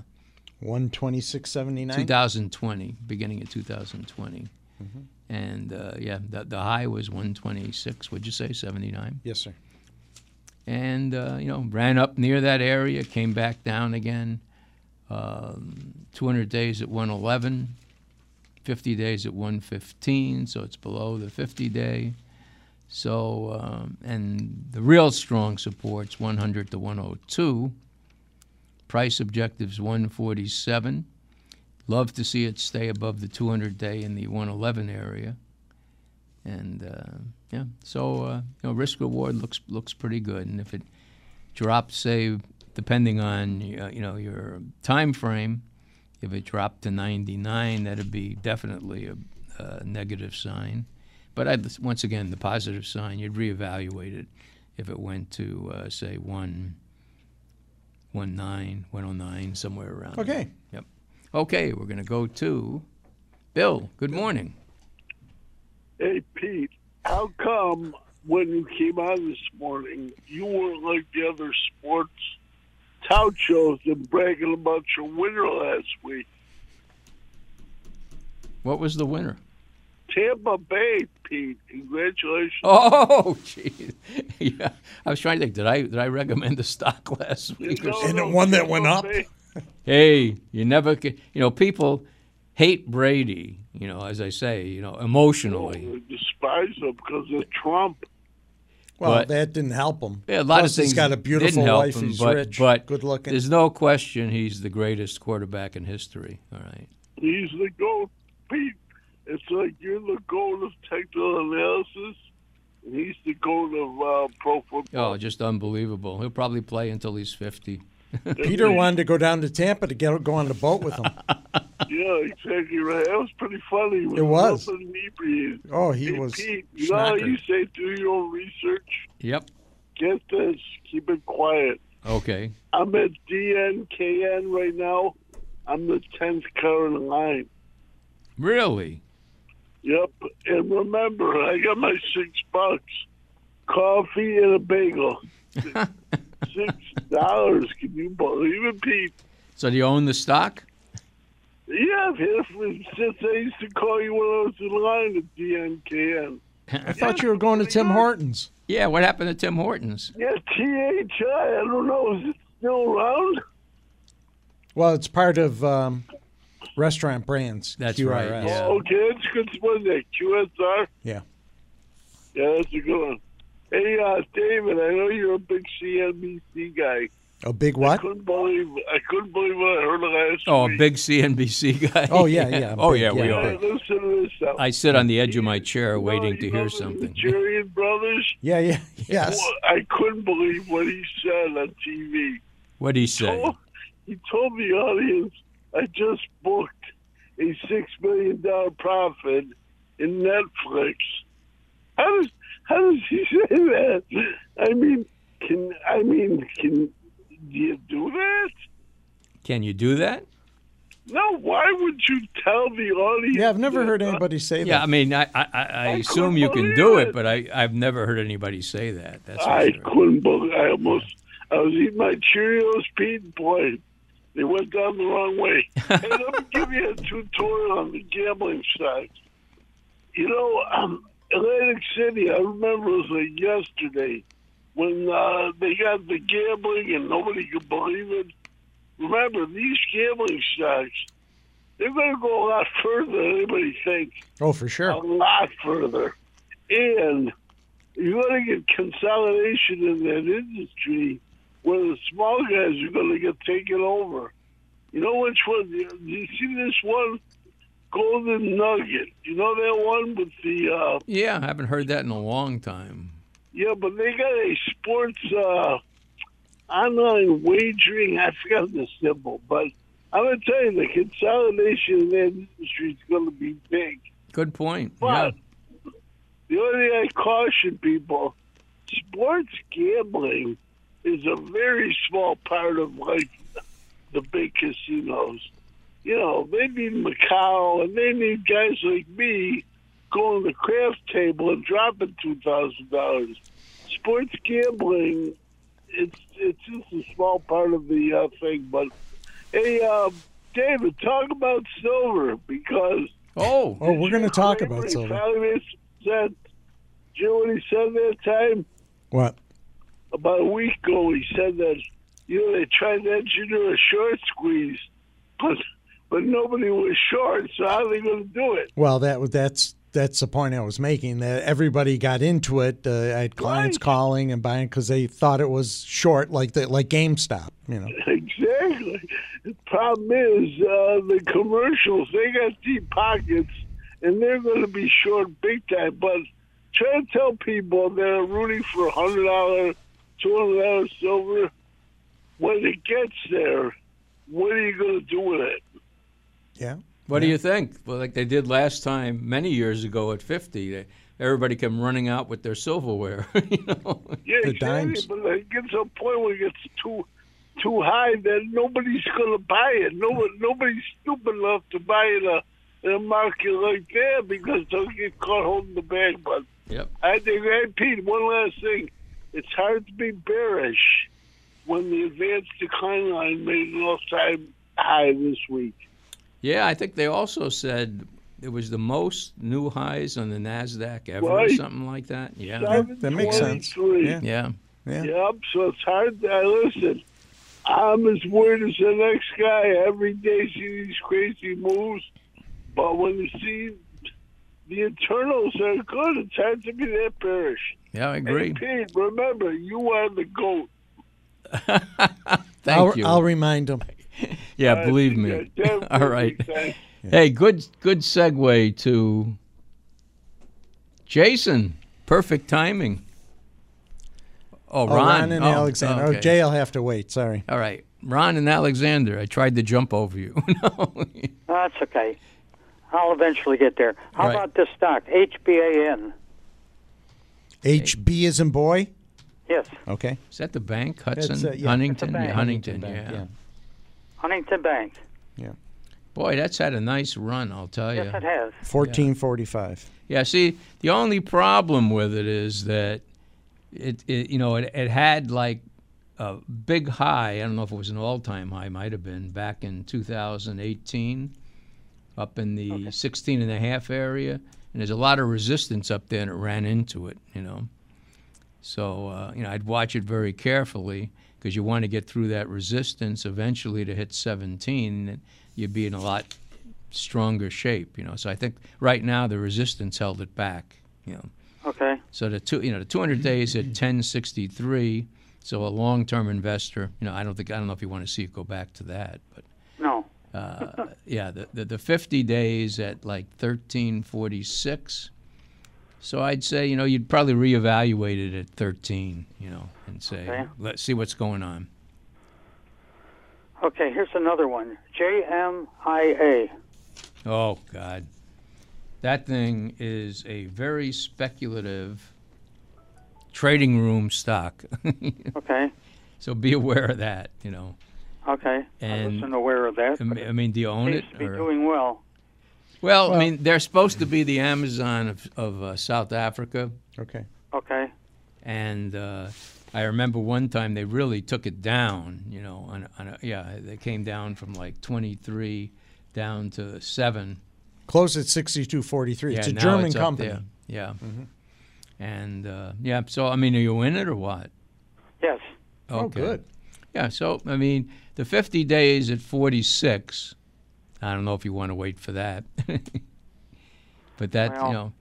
[SPEAKER 3] One twenty six seventy nine.
[SPEAKER 2] 2020, beginning of 2020.
[SPEAKER 3] Mm-hmm.
[SPEAKER 2] And uh, yeah, the, the high was 126. Would you say 79?
[SPEAKER 3] Yes, sir.
[SPEAKER 2] and uh, you know ran up near that area, came back down again. Um, 200 days at 111, 50 days at 115, so it's below the 50 day. So um, and the real strong supports 100 to 102. Price objectives 147. Love to see it stay above the 200 day in the 111 area. And uh, yeah, so uh, you know, risk reward looks looks pretty good. And if it drops, say, depending on uh, you know your time frame, if it dropped to 99, that'd be definitely a, a negative sign. But I'd, once again, the positive sign, you'd reevaluate it if it went to uh, say one. 19, 109, somewhere around. there.
[SPEAKER 3] Okay.
[SPEAKER 2] Yep. Okay, we're going to go to Bill. Good morning.
[SPEAKER 7] Hey, Pete, how come when you came on this morning, you weren't like the other sports tout shows and bragging about your winner last week?
[SPEAKER 2] What was the winner?
[SPEAKER 7] Tampa Bay, Pete, congratulations.
[SPEAKER 2] Oh, jeez. Yeah. I was trying to think. Did I did I recommend the stock last week? or
[SPEAKER 7] No,
[SPEAKER 2] something?
[SPEAKER 3] And
[SPEAKER 7] no,
[SPEAKER 3] the one that
[SPEAKER 7] Tampa
[SPEAKER 3] went up?
[SPEAKER 7] Bay.
[SPEAKER 2] Hey, you never. ca- You know, people hate Brady. You know, as I say, you know,
[SPEAKER 7] Oh,
[SPEAKER 2] emotionally.
[SPEAKER 7] I despise them because of Trump.
[SPEAKER 3] Well,
[SPEAKER 2] But-
[SPEAKER 3] Oh, that didn't help him.
[SPEAKER 2] Yeah, a lot
[SPEAKER 3] Plus,
[SPEAKER 2] of things.
[SPEAKER 3] He's got a
[SPEAKER 2] didn't
[SPEAKER 3] beautiful
[SPEAKER 2] help
[SPEAKER 3] wife.
[SPEAKER 2] him,
[SPEAKER 3] he's
[SPEAKER 2] but,
[SPEAKER 3] rich.
[SPEAKER 2] but
[SPEAKER 3] good looking.
[SPEAKER 2] There's no question he's the greatest quarterback in history. All right.
[SPEAKER 7] He's the GOAT, Pete. It's like you're the GOAT of technical analysis, and he's the GOAT of uh, pro football.
[SPEAKER 2] Oh, just unbelievable. He'll probably play until he's 50.
[SPEAKER 3] Peter wanted to go down to Tampa to get go on the boat with him.
[SPEAKER 7] Yeah, exactly right. That was pretty funny. When
[SPEAKER 3] It was.
[SPEAKER 7] Wilson Inebriated.
[SPEAKER 3] Oh, he
[SPEAKER 7] Hey,
[SPEAKER 3] was
[SPEAKER 7] Pete, you know how
[SPEAKER 2] snackered.
[SPEAKER 7] you say do your own research?
[SPEAKER 2] Yep.
[SPEAKER 7] Get this. Keep it quiet.
[SPEAKER 2] Okay.
[SPEAKER 7] I'm at DNKN right now. I'm the 10th car in line.
[SPEAKER 2] Really?
[SPEAKER 7] Yep. And remember, I got my six bucks. Coffee and a bagel. six dollars. Can you believe it, Pete?
[SPEAKER 2] So do you own the stock?
[SPEAKER 7] Yeah, I've had it for- since I used to call you when I was in line at DNKN.
[SPEAKER 3] I thought you were going to Tim Hortons.
[SPEAKER 2] Yeah. What happened to Tim Hortons?
[SPEAKER 7] Yeah, THI. I don't know. Is it still around?
[SPEAKER 3] Well, it's part of um, restaurant brands.
[SPEAKER 2] That's
[SPEAKER 3] QRS.
[SPEAKER 2] right. Yeah.
[SPEAKER 7] Okay, that's a Oh, good one there. QSR.
[SPEAKER 3] Yeah.
[SPEAKER 7] Yeah, that's a good one. Hey, uh, David, I know you're a big CNBC guy.
[SPEAKER 3] A big what?
[SPEAKER 7] Couldn't believe I couldn't believe what I heard last
[SPEAKER 2] Oh, a
[SPEAKER 7] week.
[SPEAKER 2] big CNBC guy.
[SPEAKER 3] Oh, yeah, yeah,
[SPEAKER 2] oh
[SPEAKER 3] big,
[SPEAKER 2] yeah, we
[SPEAKER 3] yeah,
[SPEAKER 7] Hey,
[SPEAKER 2] are.
[SPEAKER 3] big.
[SPEAKER 7] listen to this. uh, Stuff.
[SPEAKER 2] I sit on the edge of my chair
[SPEAKER 7] You know,
[SPEAKER 2] waiting
[SPEAKER 7] you
[SPEAKER 2] to
[SPEAKER 7] know
[SPEAKER 2] hear
[SPEAKER 7] the
[SPEAKER 2] something.
[SPEAKER 7] Nigerian brothers.
[SPEAKER 3] Yeah, yeah, yes.
[SPEAKER 7] Well, I couldn't believe what he said on TV.
[SPEAKER 2] What do you say?
[SPEAKER 7] Oh, he told the audience, I just booked a six million dollar profit in Netflix. How does how does he say that? I mean, can I mean can you do that?
[SPEAKER 2] Can you do that?
[SPEAKER 7] No, why would you tell the audience?
[SPEAKER 3] Yeah, I've never
[SPEAKER 7] that?
[SPEAKER 3] heard anybody say
[SPEAKER 2] Yeah, I
[SPEAKER 3] that.
[SPEAKER 2] mean, I I, I, I assume
[SPEAKER 7] couldn't
[SPEAKER 2] you can
[SPEAKER 7] believe
[SPEAKER 2] do it,
[SPEAKER 7] it.
[SPEAKER 2] but I I've never heard anybody say that. That's for
[SPEAKER 7] I
[SPEAKER 2] sure.
[SPEAKER 7] couldn't believe. I almost I was eating my Cheerios, Pete, and playing. They went down the wrong way. hey, let me give you a tutorial on the gambling side. You know, um, Atlantic City, I remember it was like yesterday when uh, they got the gambling and nobody could believe it. Remember, these gambling stocks, they're going to go a lot further than anybody thinks
[SPEAKER 3] Oh, for sure.
[SPEAKER 7] a lot further. And you're going to get consolidation in that industry where the small guys are going to get taken over. You know which one? Do you see this one? Golden Nugget. You know that one with the. Uh,
[SPEAKER 2] Yeah, I haven't heard that in a long time.
[SPEAKER 7] yeah, but they got a sports uh, online wagering. I forgot the symbol, but I'm going to tell you, the consolidation in that industry is going to be big.
[SPEAKER 2] Good point.
[SPEAKER 7] But
[SPEAKER 2] yeah.
[SPEAKER 7] the only thing I caution people, sports gambling is a very small part of like the big casinos. You know, they need Macau and they need guys like me going to the craft table and dropping two thousand dollars. Sports gambling, it's it's just a small part of the uh, thing. But hey, uh, David, talk about silver because
[SPEAKER 2] Oh,
[SPEAKER 3] Oh, we're going to talk about
[SPEAKER 7] Kramer
[SPEAKER 3] silver.
[SPEAKER 7] economist said, do you know what he said that time?
[SPEAKER 3] What?
[SPEAKER 7] About a week ago, he said that, you know, they tried to engineer a short squeeze, but but nobody was short, so how are they going to do it?
[SPEAKER 3] Well, that was that's that's the point I was making. That everybody got into it. Uh, I had clients
[SPEAKER 7] Right.
[SPEAKER 3] calling and buying because they thought it was short, like the like GameStop. You know.
[SPEAKER 7] Exactly. The problem is uh, the commercials, they got deep pockets, and they're going to be short big time. But try to tell people they're rooting for $100, $200 silver. When it gets there, what are you going to do with it?
[SPEAKER 3] Yeah.
[SPEAKER 2] what do you think? Well, like they did last time, many years ago at 50, they, everybody came running out with their silverware. you know,
[SPEAKER 7] Yeah,
[SPEAKER 3] The
[SPEAKER 7] exactly.
[SPEAKER 3] dimes.
[SPEAKER 7] But it gets to a point where it gets too too high that nobody's going to buy it. No, nobody's stupid enough to buy it uh, in a, in a market like that because they'll get caught holding the bag. But
[SPEAKER 2] Yep.
[SPEAKER 7] I think, hey, Pete, one last thing. It's hard to be bearish when the advanced decline line made an all-time high this week.
[SPEAKER 2] Yeah, I think they also said it was the most new highs on the Nasdaq ever, or
[SPEAKER 7] Right.
[SPEAKER 2] something like that. Yeah,
[SPEAKER 3] that makes sense.
[SPEAKER 7] 723.
[SPEAKER 3] Yeah.
[SPEAKER 2] yeah.
[SPEAKER 7] Yep, so it's hard. To, I listen. I'm as worried as the next guy. Every day see these crazy moves, but when you see the internals are good, it's hard to be that bearish.
[SPEAKER 2] Yeah, I
[SPEAKER 7] Hey,
[SPEAKER 2] agree.
[SPEAKER 7] Pete, remember you are the goat.
[SPEAKER 2] Thank
[SPEAKER 3] I'll,
[SPEAKER 2] you.
[SPEAKER 3] I'll remind them.
[SPEAKER 2] yeah,
[SPEAKER 7] Uh,
[SPEAKER 2] believe
[SPEAKER 7] yeah,
[SPEAKER 2] me.
[SPEAKER 7] definitely.
[SPEAKER 2] All right.
[SPEAKER 7] Thanks.
[SPEAKER 2] Hey, good good segue to Jason. Perfect timing. Oh,
[SPEAKER 3] Oh,
[SPEAKER 2] Ron,
[SPEAKER 3] Ron, and
[SPEAKER 2] Oh,
[SPEAKER 3] Alexander.
[SPEAKER 2] okay.
[SPEAKER 3] Oh, Jay, I'll have to wait. Sorry.
[SPEAKER 2] All right, Ron and Alexander. I tried to jump over you. no.
[SPEAKER 8] That's okay. I'll eventually get there. How
[SPEAKER 2] Right.
[SPEAKER 8] about this stock, HBAN?
[SPEAKER 3] HB is in boy.
[SPEAKER 8] Yes,
[SPEAKER 3] Okay.
[SPEAKER 2] Is that the bank, Hudson,
[SPEAKER 3] That's, uh, yeah. It's a
[SPEAKER 2] Huntington,
[SPEAKER 8] bank.
[SPEAKER 2] Yeah, Huntington?
[SPEAKER 3] Bank,
[SPEAKER 2] yeah.
[SPEAKER 8] Huntington Bank.
[SPEAKER 2] Boy, that's had a nice run. I'll tell you.
[SPEAKER 8] Yes, it has.
[SPEAKER 3] 1445.
[SPEAKER 2] Yeah, see, the only problem with it is that it, it you know, it, it had like a big high. I don't know if it was an all-time high, might have been back in 2018, up in the 16 and a half area, and there's a lot of resistance up there, and it ran into it, you know. So, uh, you know, I'd watch it very carefully because you want to get through that resistance eventually to hit 17, and you'd be in a lot stronger shape, you know. So I think right now the resistance held it back, you know.
[SPEAKER 8] Okay.
[SPEAKER 2] So the two, you know, the 200 days at 1063. So a long-term investor, you know, I don't think I don't know if you want to see it go back to that, but uh,
[SPEAKER 8] No.
[SPEAKER 2] yeah, the, the, the 50 days at like 1346. So I'd say, you know, you'd probably reevaluate it at 13, you know, and say,
[SPEAKER 8] Okay.
[SPEAKER 2] let's see what's going on.
[SPEAKER 8] Okay, here's another one, JMIA.
[SPEAKER 2] Oh God, that thing is a very speculative trading room stock.
[SPEAKER 8] Okay.
[SPEAKER 2] so be aware of that. You know,
[SPEAKER 8] Okay. I
[SPEAKER 2] And-
[SPEAKER 8] wasn't aware of that.
[SPEAKER 2] I
[SPEAKER 8] but
[SPEAKER 2] mean, I mean do you own
[SPEAKER 8] It
[SPEAKER 2] it?
[SPEAKER 8] seems to be
[SPEAKER 2] or-
[SPEAKER 8] doing well.
[SPEAKER 2] well, I mean, they're supposed to be the Amazon of of uh, South Africa,
[SPEAKER 3] Okay.
[SPEAKER 8] Okay.
[SPEAKER 2] and uh, I remember one time they really took it down, you know, on, a- on a, yeah, they came down from like 23 down to 7.
[SPEAKER 3] Closed at 6243.
[SPEAKER 2] Yeah,
[SPEAKER 3] it's a
[SPEAKER 2] now
[SPEAKER 3] German
[SPEAKER 2] up
[SPEAKER 3] company.
[SPEAKER 2] there. Yeah. Mm-hmm. And uh, yeah, so I mean, are you in it or what?
[SPEAKER 8] Yes.
[SPEAKER 3] Oh, good.
[SPEAKER 2] Yeah, so I mean, the 50 days at 46. I don't know if you want to wait for that, but that
[SPEAKER 8] Well-
[SPEAKER 2] you know,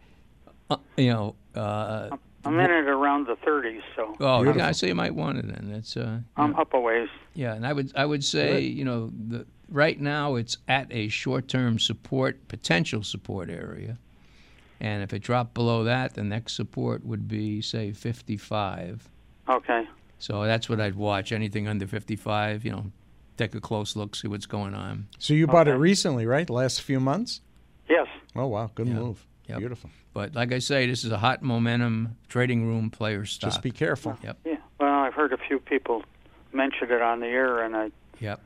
[SPEAKER 2] uh, you know, uh,
[SPEAKER 8] I'm in it around the 30s, so
[SPEAKER 2] oh, yeah, I say you might want it. Then that's uh,
[SPEAKER 8] I'm up a ways.
[SPEAKER 2] yeah, and I would I would say you know the, right now it's at a short-term support potential support area, and if it dropped below that, the next support would be say 55.
[SPEAKER 8] Okay.
[SPEAKER 2] So that's what I'd watch. Anything under 55, you know, take a close look, see what's going on.
[SPEAKER 3] So you bought it recently, right? The last few months?
[SPEAKER 8] Yes.
[SPEAKER 3] Oh, wow. Good move.
[SPEAKER 2] Yep.
[SPEAKER 3] Beautiful.
[SPEAKER 2] But like I say, this is a hot momentum trading room player stock.
[SPEAKER 3] Just be careful.
[SPEAKER 2] Yep.
[SPEAKER 8] Yeah. Well, I've heard a few people mention it on the air, and I
[SPEAKER 2] Yep.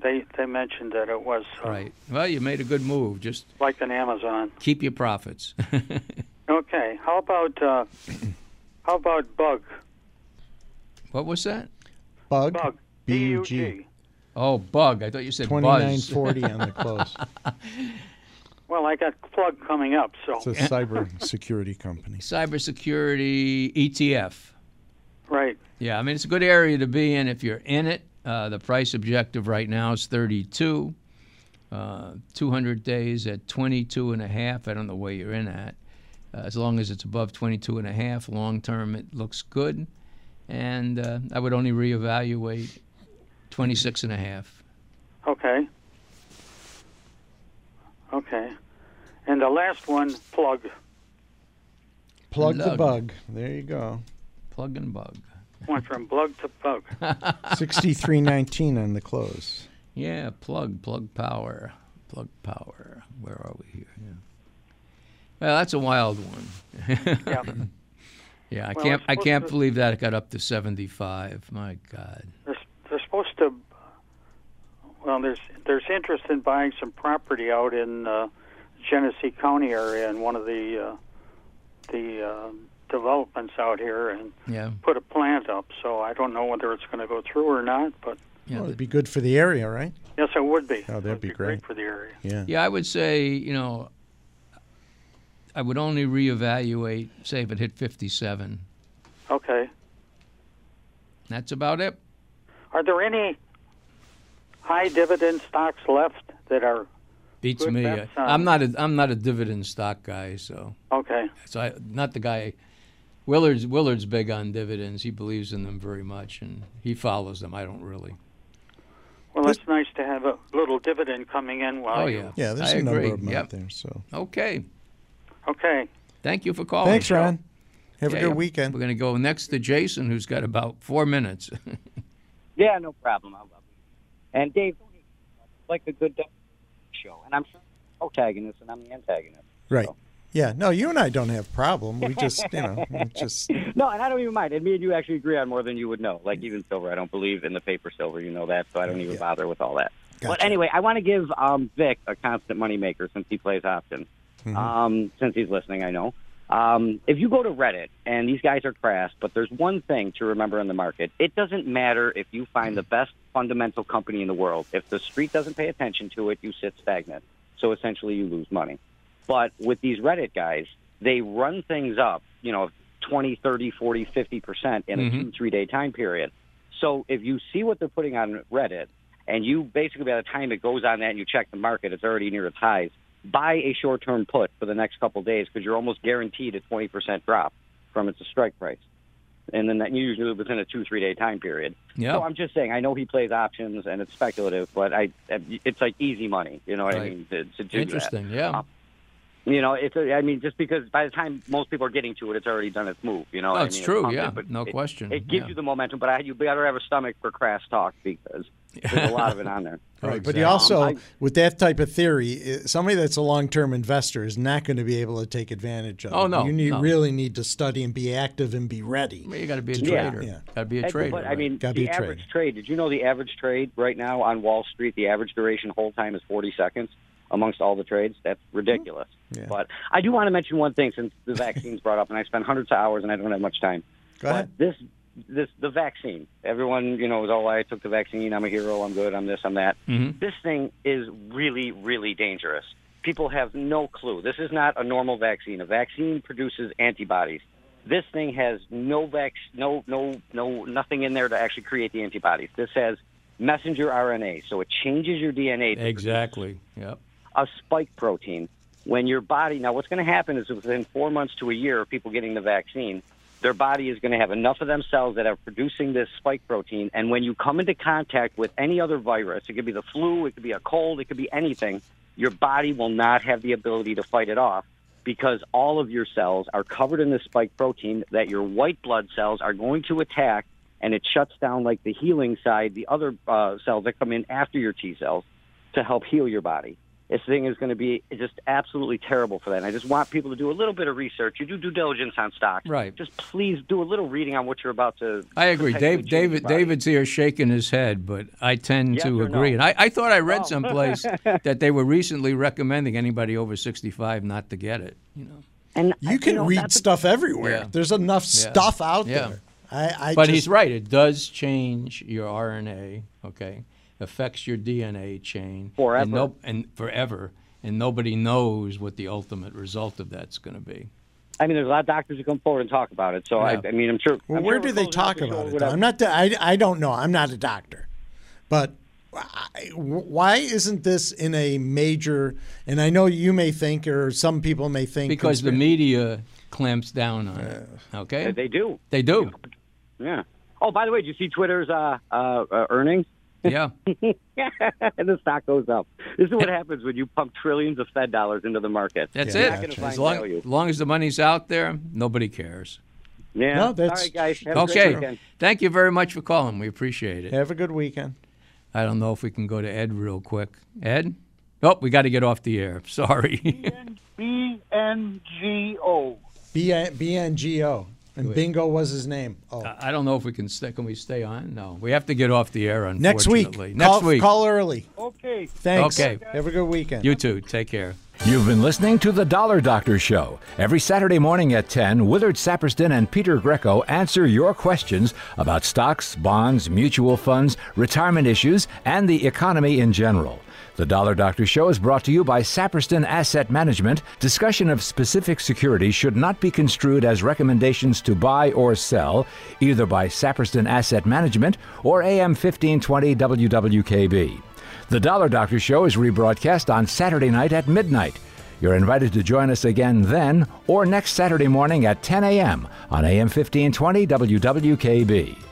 [SPEAKER 8] they they mentioned that it was uh,
[SPEAKER 2] Right. Well, you made a good move. Just
[SPEAKER 8] like an Amazon.
[SPEAKER 2] keep your profits.
[SPEAKER 8] Okay. How about uh, how about Bug?
[SPEAKER 2] what was that?
[SPEAKER 3] Bug.
[SPEAKER 8] Bug.
[SPEAKER 3] B-U-G.
[SPEAKER 8] B-U-G.
[SPEAKER 2] Oh, bug. I thought you said buzz.
[SPEAKER 3] 2940 on the close.
[SPEAKER 8] Well, I got plug coming up,
[SPEAKER 3] It's a
[SPEAKER 8] so
[SPEAKER 3] cyber security company.
[SPEAKER 2] Cybersecurity ETF.
[SPEAKER 8] right.
[SPEAKER 2] Yeah, I mean it's a good area to be in if you're in it. Uh, the price objective right now is 32. Uh, 200 days at 22 and a half. I don't know where you're in at. Uh, as long as it's above 22 and a half, long term it looks good. And uh, I would only reevaluate 26 and a half.
[SPEAKER 8] Okay. Okay. And the last one, plug.
[SPEAKER 3] Plug the
[SPEAKER 2] Plug.
[SPEAKER 3] bug. There you go.
[SPEAKER 2] Plug and bug.
[SPEAKER 8] Went from plug to bug.
[SPEAKER 3] 6319 on the close.
[SPEAKER 2] Yeah, plug, plug power, plug power. Where are we here? Yeah. Well, that's a wild one.
[SPEAKER 8] Yeah.
[SPEAKER 2] Yeah, I
[SPEAKER 8] Well,
[SPEAKER 2] can't.
[SPEAKER 8] it's
[SPEAKER 2] I
[SPEAKER 8] supposed
[SPEAKER 2] can't
[SPEAKER 8] to-
[SPEAKER 2] believe that it got up to seventy-five. My God.
[SPEAKER 8] They're, they're supposed to. Well, there's there's interest in buying some property out in uh, Genesee County area in one of the uh, the uh, developments out here and
[SPEAKER 2] Yeah.
[SPEAKER 8] put a plant up. So I don't know whether it's going to go through or not, but
[SPEAKER 2] Yeah.
[SPEAKER 3] Well, it'd be good for the area, right?
[SPEAKER 8] yes, it would be.
[SPEAKER 3] Oh, that'd
[SPEAKER 8] It'd
[SPEAKER 3] be great.
[SPEAKER 8] for the area.
[SPEAKER 3] Yeah.
[SPEAKER 2] Yeah, I would say you know. I would only reevaluate, say, if it hit fifty-seven.
[SPEAKER 8] Okay.
[SPEAKER 2] That's about it.
[SPEAKER 8] Are there any high dividend stocks left that are
[SPEAKER 2] Beats
[SPEAKER 8] Good
[SPEAKER 2] me.
[SPEAKER 8] bet, son.
[SPEAKER 2] I'm not. A, I'm not a dividend stock guy, so
[SPEAKER 8] okay?
[SPEAKER 2] so I, not the guy. Willard's Willard's big on dividends. He believes in them very much, and he follows them. I don't really.
[SPEAKER 8] Well, it's nice to have a little dividend coming in
[SPEAKER 2] Oh
[SPEAKER 8] while you.
[SPEAKER 2] yeah.
[SPEAKER 3] Yeah, there's
[SPEAKER 2] I
[SPEAKER 3] a number
[SPEAKER 2] agree.
[SPEAKER 3] of them out
[SPEAKER 2] Yep.
[SPEAKER 3] there. So
[SPEAKER 2] Okay.
[SPEAKER 8] Okay.
[SPEAKER 2] Thank you for calling.
[SPEAKER 3] thanks, Ron. Have
[SPEAKER 2] Oh, Yeah,
[SPEAKER 3] a good
[SPEAKER 2] yeah.
[SPEAKER 3] weekend.
[SPEAKER 2] We're going to go next to Jason, who's got about four minutes.
[SPEAKER 9] Yeah, no problem. I love it. And Dave, like a good show, and I'm sure you're the protagonist and I'm the antagonist.
[SPEAKER 3] Right. Yeah. No, you and I don't have problem. We just, you know, we just
[SPEAKER 9] No, and I don't even mind. And me and you actually agree on more than you would know. Like even silver, I don't believe in the paper silver. You know that, so I don't even
[SPEAKER 3] Yeah.
[SPEAKER 9] bother with all that. But
[SPEAKER 3] Gotcha.
[SPEAKER 9] anyway, I want to give um, Vic a constant moneymaker since he plays often.
[SPEAKER 3] Mhm.
[SPEAKER 9] Um, since he's listening, I know. Um, if you go to Reddit, and these guys are crass, but there's one thing to remember in the market. It doesn't matter if you find the best fundamental company in the world. If the street doesn't pay attention to it, you sit stagnant. So essentially, you lose money. But with these Reddit guys, they run things up, you know, 20, 30, 40, 50% in a
[SPEAKER 2] Mhm.
[SPEAKER 9] two, three day time period. So if you see what they're putting on Reddit, and you basically, by the time it goes on that and you check the market, it's already near its highs, buy a short term put for the next couple of days because you're almost guaranteed a 20% drop from its strike price. And then that usually within a two, three day time period. So
[SPEAKER 2] yeah.
[SPEAKER 9] I'm just saying, I know he plays options and it's speculative, but I, it's like easy money. You know what I
[SPEAKER 2] Right.
[SPEAKER 9] mean? To, to do that.
[SPEAKER 2] Interesting. Yeah.
[SPEAKER 9] Uh, You know, it's. I mean, just because by the time most people are getting to it, it's already done its move. You know,
[SPEAKER 2] No,
[SPEAKER 9] I
[SPEAKER 2] it's
[SPEAKER 9] mean,
[SPEAKER 2] true.
[SPEAKER 9] pumped
[SPEAKER 2] Yeah.
[SPEAKER 9] it, but
[SPEAKER 2] No
[SPEAKER 9] it,
[SPEAKER 2] question.
[SPEAKER 9] It gives
[SPEAKER 2] Yeah.
[SPEAKER 9] you the momentum, but I, you better have a stomach for crass talk because there's a lot of it on there.
[SPEAKER 3] Right, but
[SPEAKER 2] exactly.
[SPEAKER 3] he also,
[SPEAKER 9] Um, I-
[SPEAKER 3] with that type of theory, i- somebody that's a long-term investor is not going to be able to take advantage of.
[SPEAKER 2] Oh,
[SPEAKER 3] it.
[SPEAKER 2] no,
[SPEAKER 3] you need,
[SPEAKER 2] no.
[SPEAKER 3] really need to study and be active and be ready.
[SPEAKER 2] Well, you got to be a
[SPEAKER 9] Yeah.
[SPEAKER 2] trader.
[SPEAKER 3] Yeah.
[SPEAKER 2] Got to be a
[SPEAKER 9] And-
[SPEAKER 2] trader.
[SPEAKER 9] but I
[SPEAKER 2] right.
[SPEAKER 9] mean,
[SPEAKER 3] Gotta be
[SPEAKER 9] the
[SPEAKER 3] a trader.
[SPEAKER 9] average trade. Did you know the average trade right now on Wall Street? The average duration hold time is 40 seconds amongst all the trades. That's ridiculous.
[SPEAKER 3] Mm-hmm. Yeah.
[SPEAKER 9] But I do want to mention one thing since the vaccines brought up, and I spent hundreds of hours and I don't have much time.
[SPEAKER 3] Go ahead.
[SPEAKER 9] But this this the vaccine. Everyone, you know, is all I took the vaccine. I'm a hero. I'm good. I'm this. I'm that.
[SPEAKER 2] Mm-hmm.
[SPEAKER 9] This thing is really, really dangerous. People have no clue. This is not a normal vaccine. A vaccine produces antibodies. This thing has no vac, no, no, no, nothing in there to actually create the antibodies. This has messenger RNA, so it changes your DNA to
[SPEAKER 2] Exactly. Yep.
[SPEAKER 9] a spike protein. When your body, now what's going to happen is within four months to a year of people getting the vaccine, their body is going to have enough of them cells that are producing this spike protein. And when you come into contact with any other virus, it could be the flu, it could be a cold, it could be anything, your body will not have the ability to fight it off because all of your cells are covered in this spike protein that your white blood cells are going to attack and it shuts down like the healing side, the other uh, cells that come in after your T cells to help heal your body. This thing is going to be just absolutely terrible for that. And I just want people to do a little bit of research. You do due diligence on stocks,
[SPEAKER 2] Right.
[SPEAKER 9] Just please do a little reading on what you're about to.
[SPEAKER 2] I agree.
[SPEAKER 9] potentially
[SPEAKER 2] Dave,
[SPEAKER 9] change
[SPEAKER 2] David,
[SPEAKER 9] your body.
[SPEAKER 2] David's here shaking his head, but I tend
[SPEAKER 9] Yes
[SPEAKER 2] to
[SPEAKER 9] or
[SPEAKER 2] agree.
[SPEAKER 9] no? Oh.
[SPEAKER 2] And I, I thought I read someplace that they were recently recommending anybody over 65 not to get it. You know.
[SPEAKER 9] And I-
[SPEAKER 3] You can
[SPEAKER 9] know,
[SPEAKER 3] read
[SPEAKER 9] that's a-
[SPEAKER 3] stuff everywhere.
[SPEAKER 2] Yeah.
[SPEAKER 3] There's enough stuff out
[SPEAKER 2] Yeah.
[SPEAKER 3] there. I, I
[SPEAKER 2] But
[SPEAKER 3] just,
[SPEAKER 2] he's right. It does change your RNA. Okay, affects your DNA chain
[SPEAKER 9] Forever.
[SPEAKER 2] and, no, and forever. And nobody knows what the ultimate result of that's going to be.
[SPEAKER 9] I mean, there's a lot of doctors who come forward and talk about it. So
[SPEAKER 2] Yeah.
[SPEAKER 9] I, I mean, I'm sure.
[SPEAKER 3] Well,
[SPEAKER 9] I'm
[SPEAKER 3] where
[SPEAKER 9] sure
[SPEAKER 3] do
[SPEAKER 9] we're
[SPEAKER 3] they
[SPEAKER 9] closing out
[SPEAKER 3] talk
[SPEAKER 9] the show
[SPEAKER 3] about
[SPEAKER 9] with
[SPEAKER 3] it? Though?
[SPEAKER 9] whatever.
[SPEAKER 3] I'm not. I, I don't know. I'm not a doctor, but I, why isn't this in a major? And I know you may think, or some people may think,
[SPEAKER 2] Because the
[SPEAKER 3] conspira-
[SPEAKER 2] media clamps down on it. Okay,
[SPEAKER 9] They do.
[SPEAKER 2] They do.
[SPEAKER 9] Yeah. Oh, by the way, did you see Twitter's uh, uh, uh, earnings?
[SPEAKER 2] Yeah.
[SPEAKER 9] and the stock goes up. This is what happens when you pump trillions of Fed dollars into the market.
[SPEAKER 2] That's
[SPEAKER 3] Yeah,
[SPEAKER 2] it.
[SPEAKER 3] that's
[SPEAKER 9] right.
[SPEAKER 2] As long,
[SPEAKER 9] Value.
[SPEAKER 2] as long as the money's out there, nobody cares.
[SPEAKER 9] Yeah.
[SPEAKER 3] No, that's-
[SPEAKER 9] All right, guys. Have A great
[SPEAKER 2] Okay.
[SPEAKER 9] weekend.
[SPEAKER 2] Thank you very much for calling. We appreciate it.
[SPEAKER 3] Have a good weekend.
[SPEAKER 2] I don't know if we can go to Ed real quick. Ed? Oh, we got to get off the air. Sorry.
[SPEAKER 7] B N G O.
[SPEAKER 3] B B N G O and Bingo was his name. Oh,
[SPEAKER 2] I don't know if we can stay. Can we stay on? No. We have to get off the air,
[SPEAKER 3] next week.
[SPEAKER 2] unfortunately. Next
[SPEAKER 3] call,
[SPEAKER 2] week.
[SPEAKER 3] Call early.
[SPEAKER 7] Okay.
[SPEAKER 3] Thanks.
[SPEAKER 2] Okay.
[SPEAKER 3] Have a good weekend.
[SPEAKER 2] You too. Take care.
[SPEAKER 1] You've been listening to The Dollar Doctor Show. Every Saturday morning at 10, Willard Saperston and Peter Greco answer your questions about stocks, bonds, mutual funds, retirement issues, and the economy in general. The Dollar Doctor Show is brought to you by Saperston Asset Management. Discussion of specific securities should not be construed as recommendations to buy or sell, either by Saperston Asset Management or AM 1520 WWKB. The Dollar Doctor Show is rebroadcast on Saturday night at midnight. You're invited to join us again then or next Saturday morning at 10 a.m. on AM 1520 WWKB.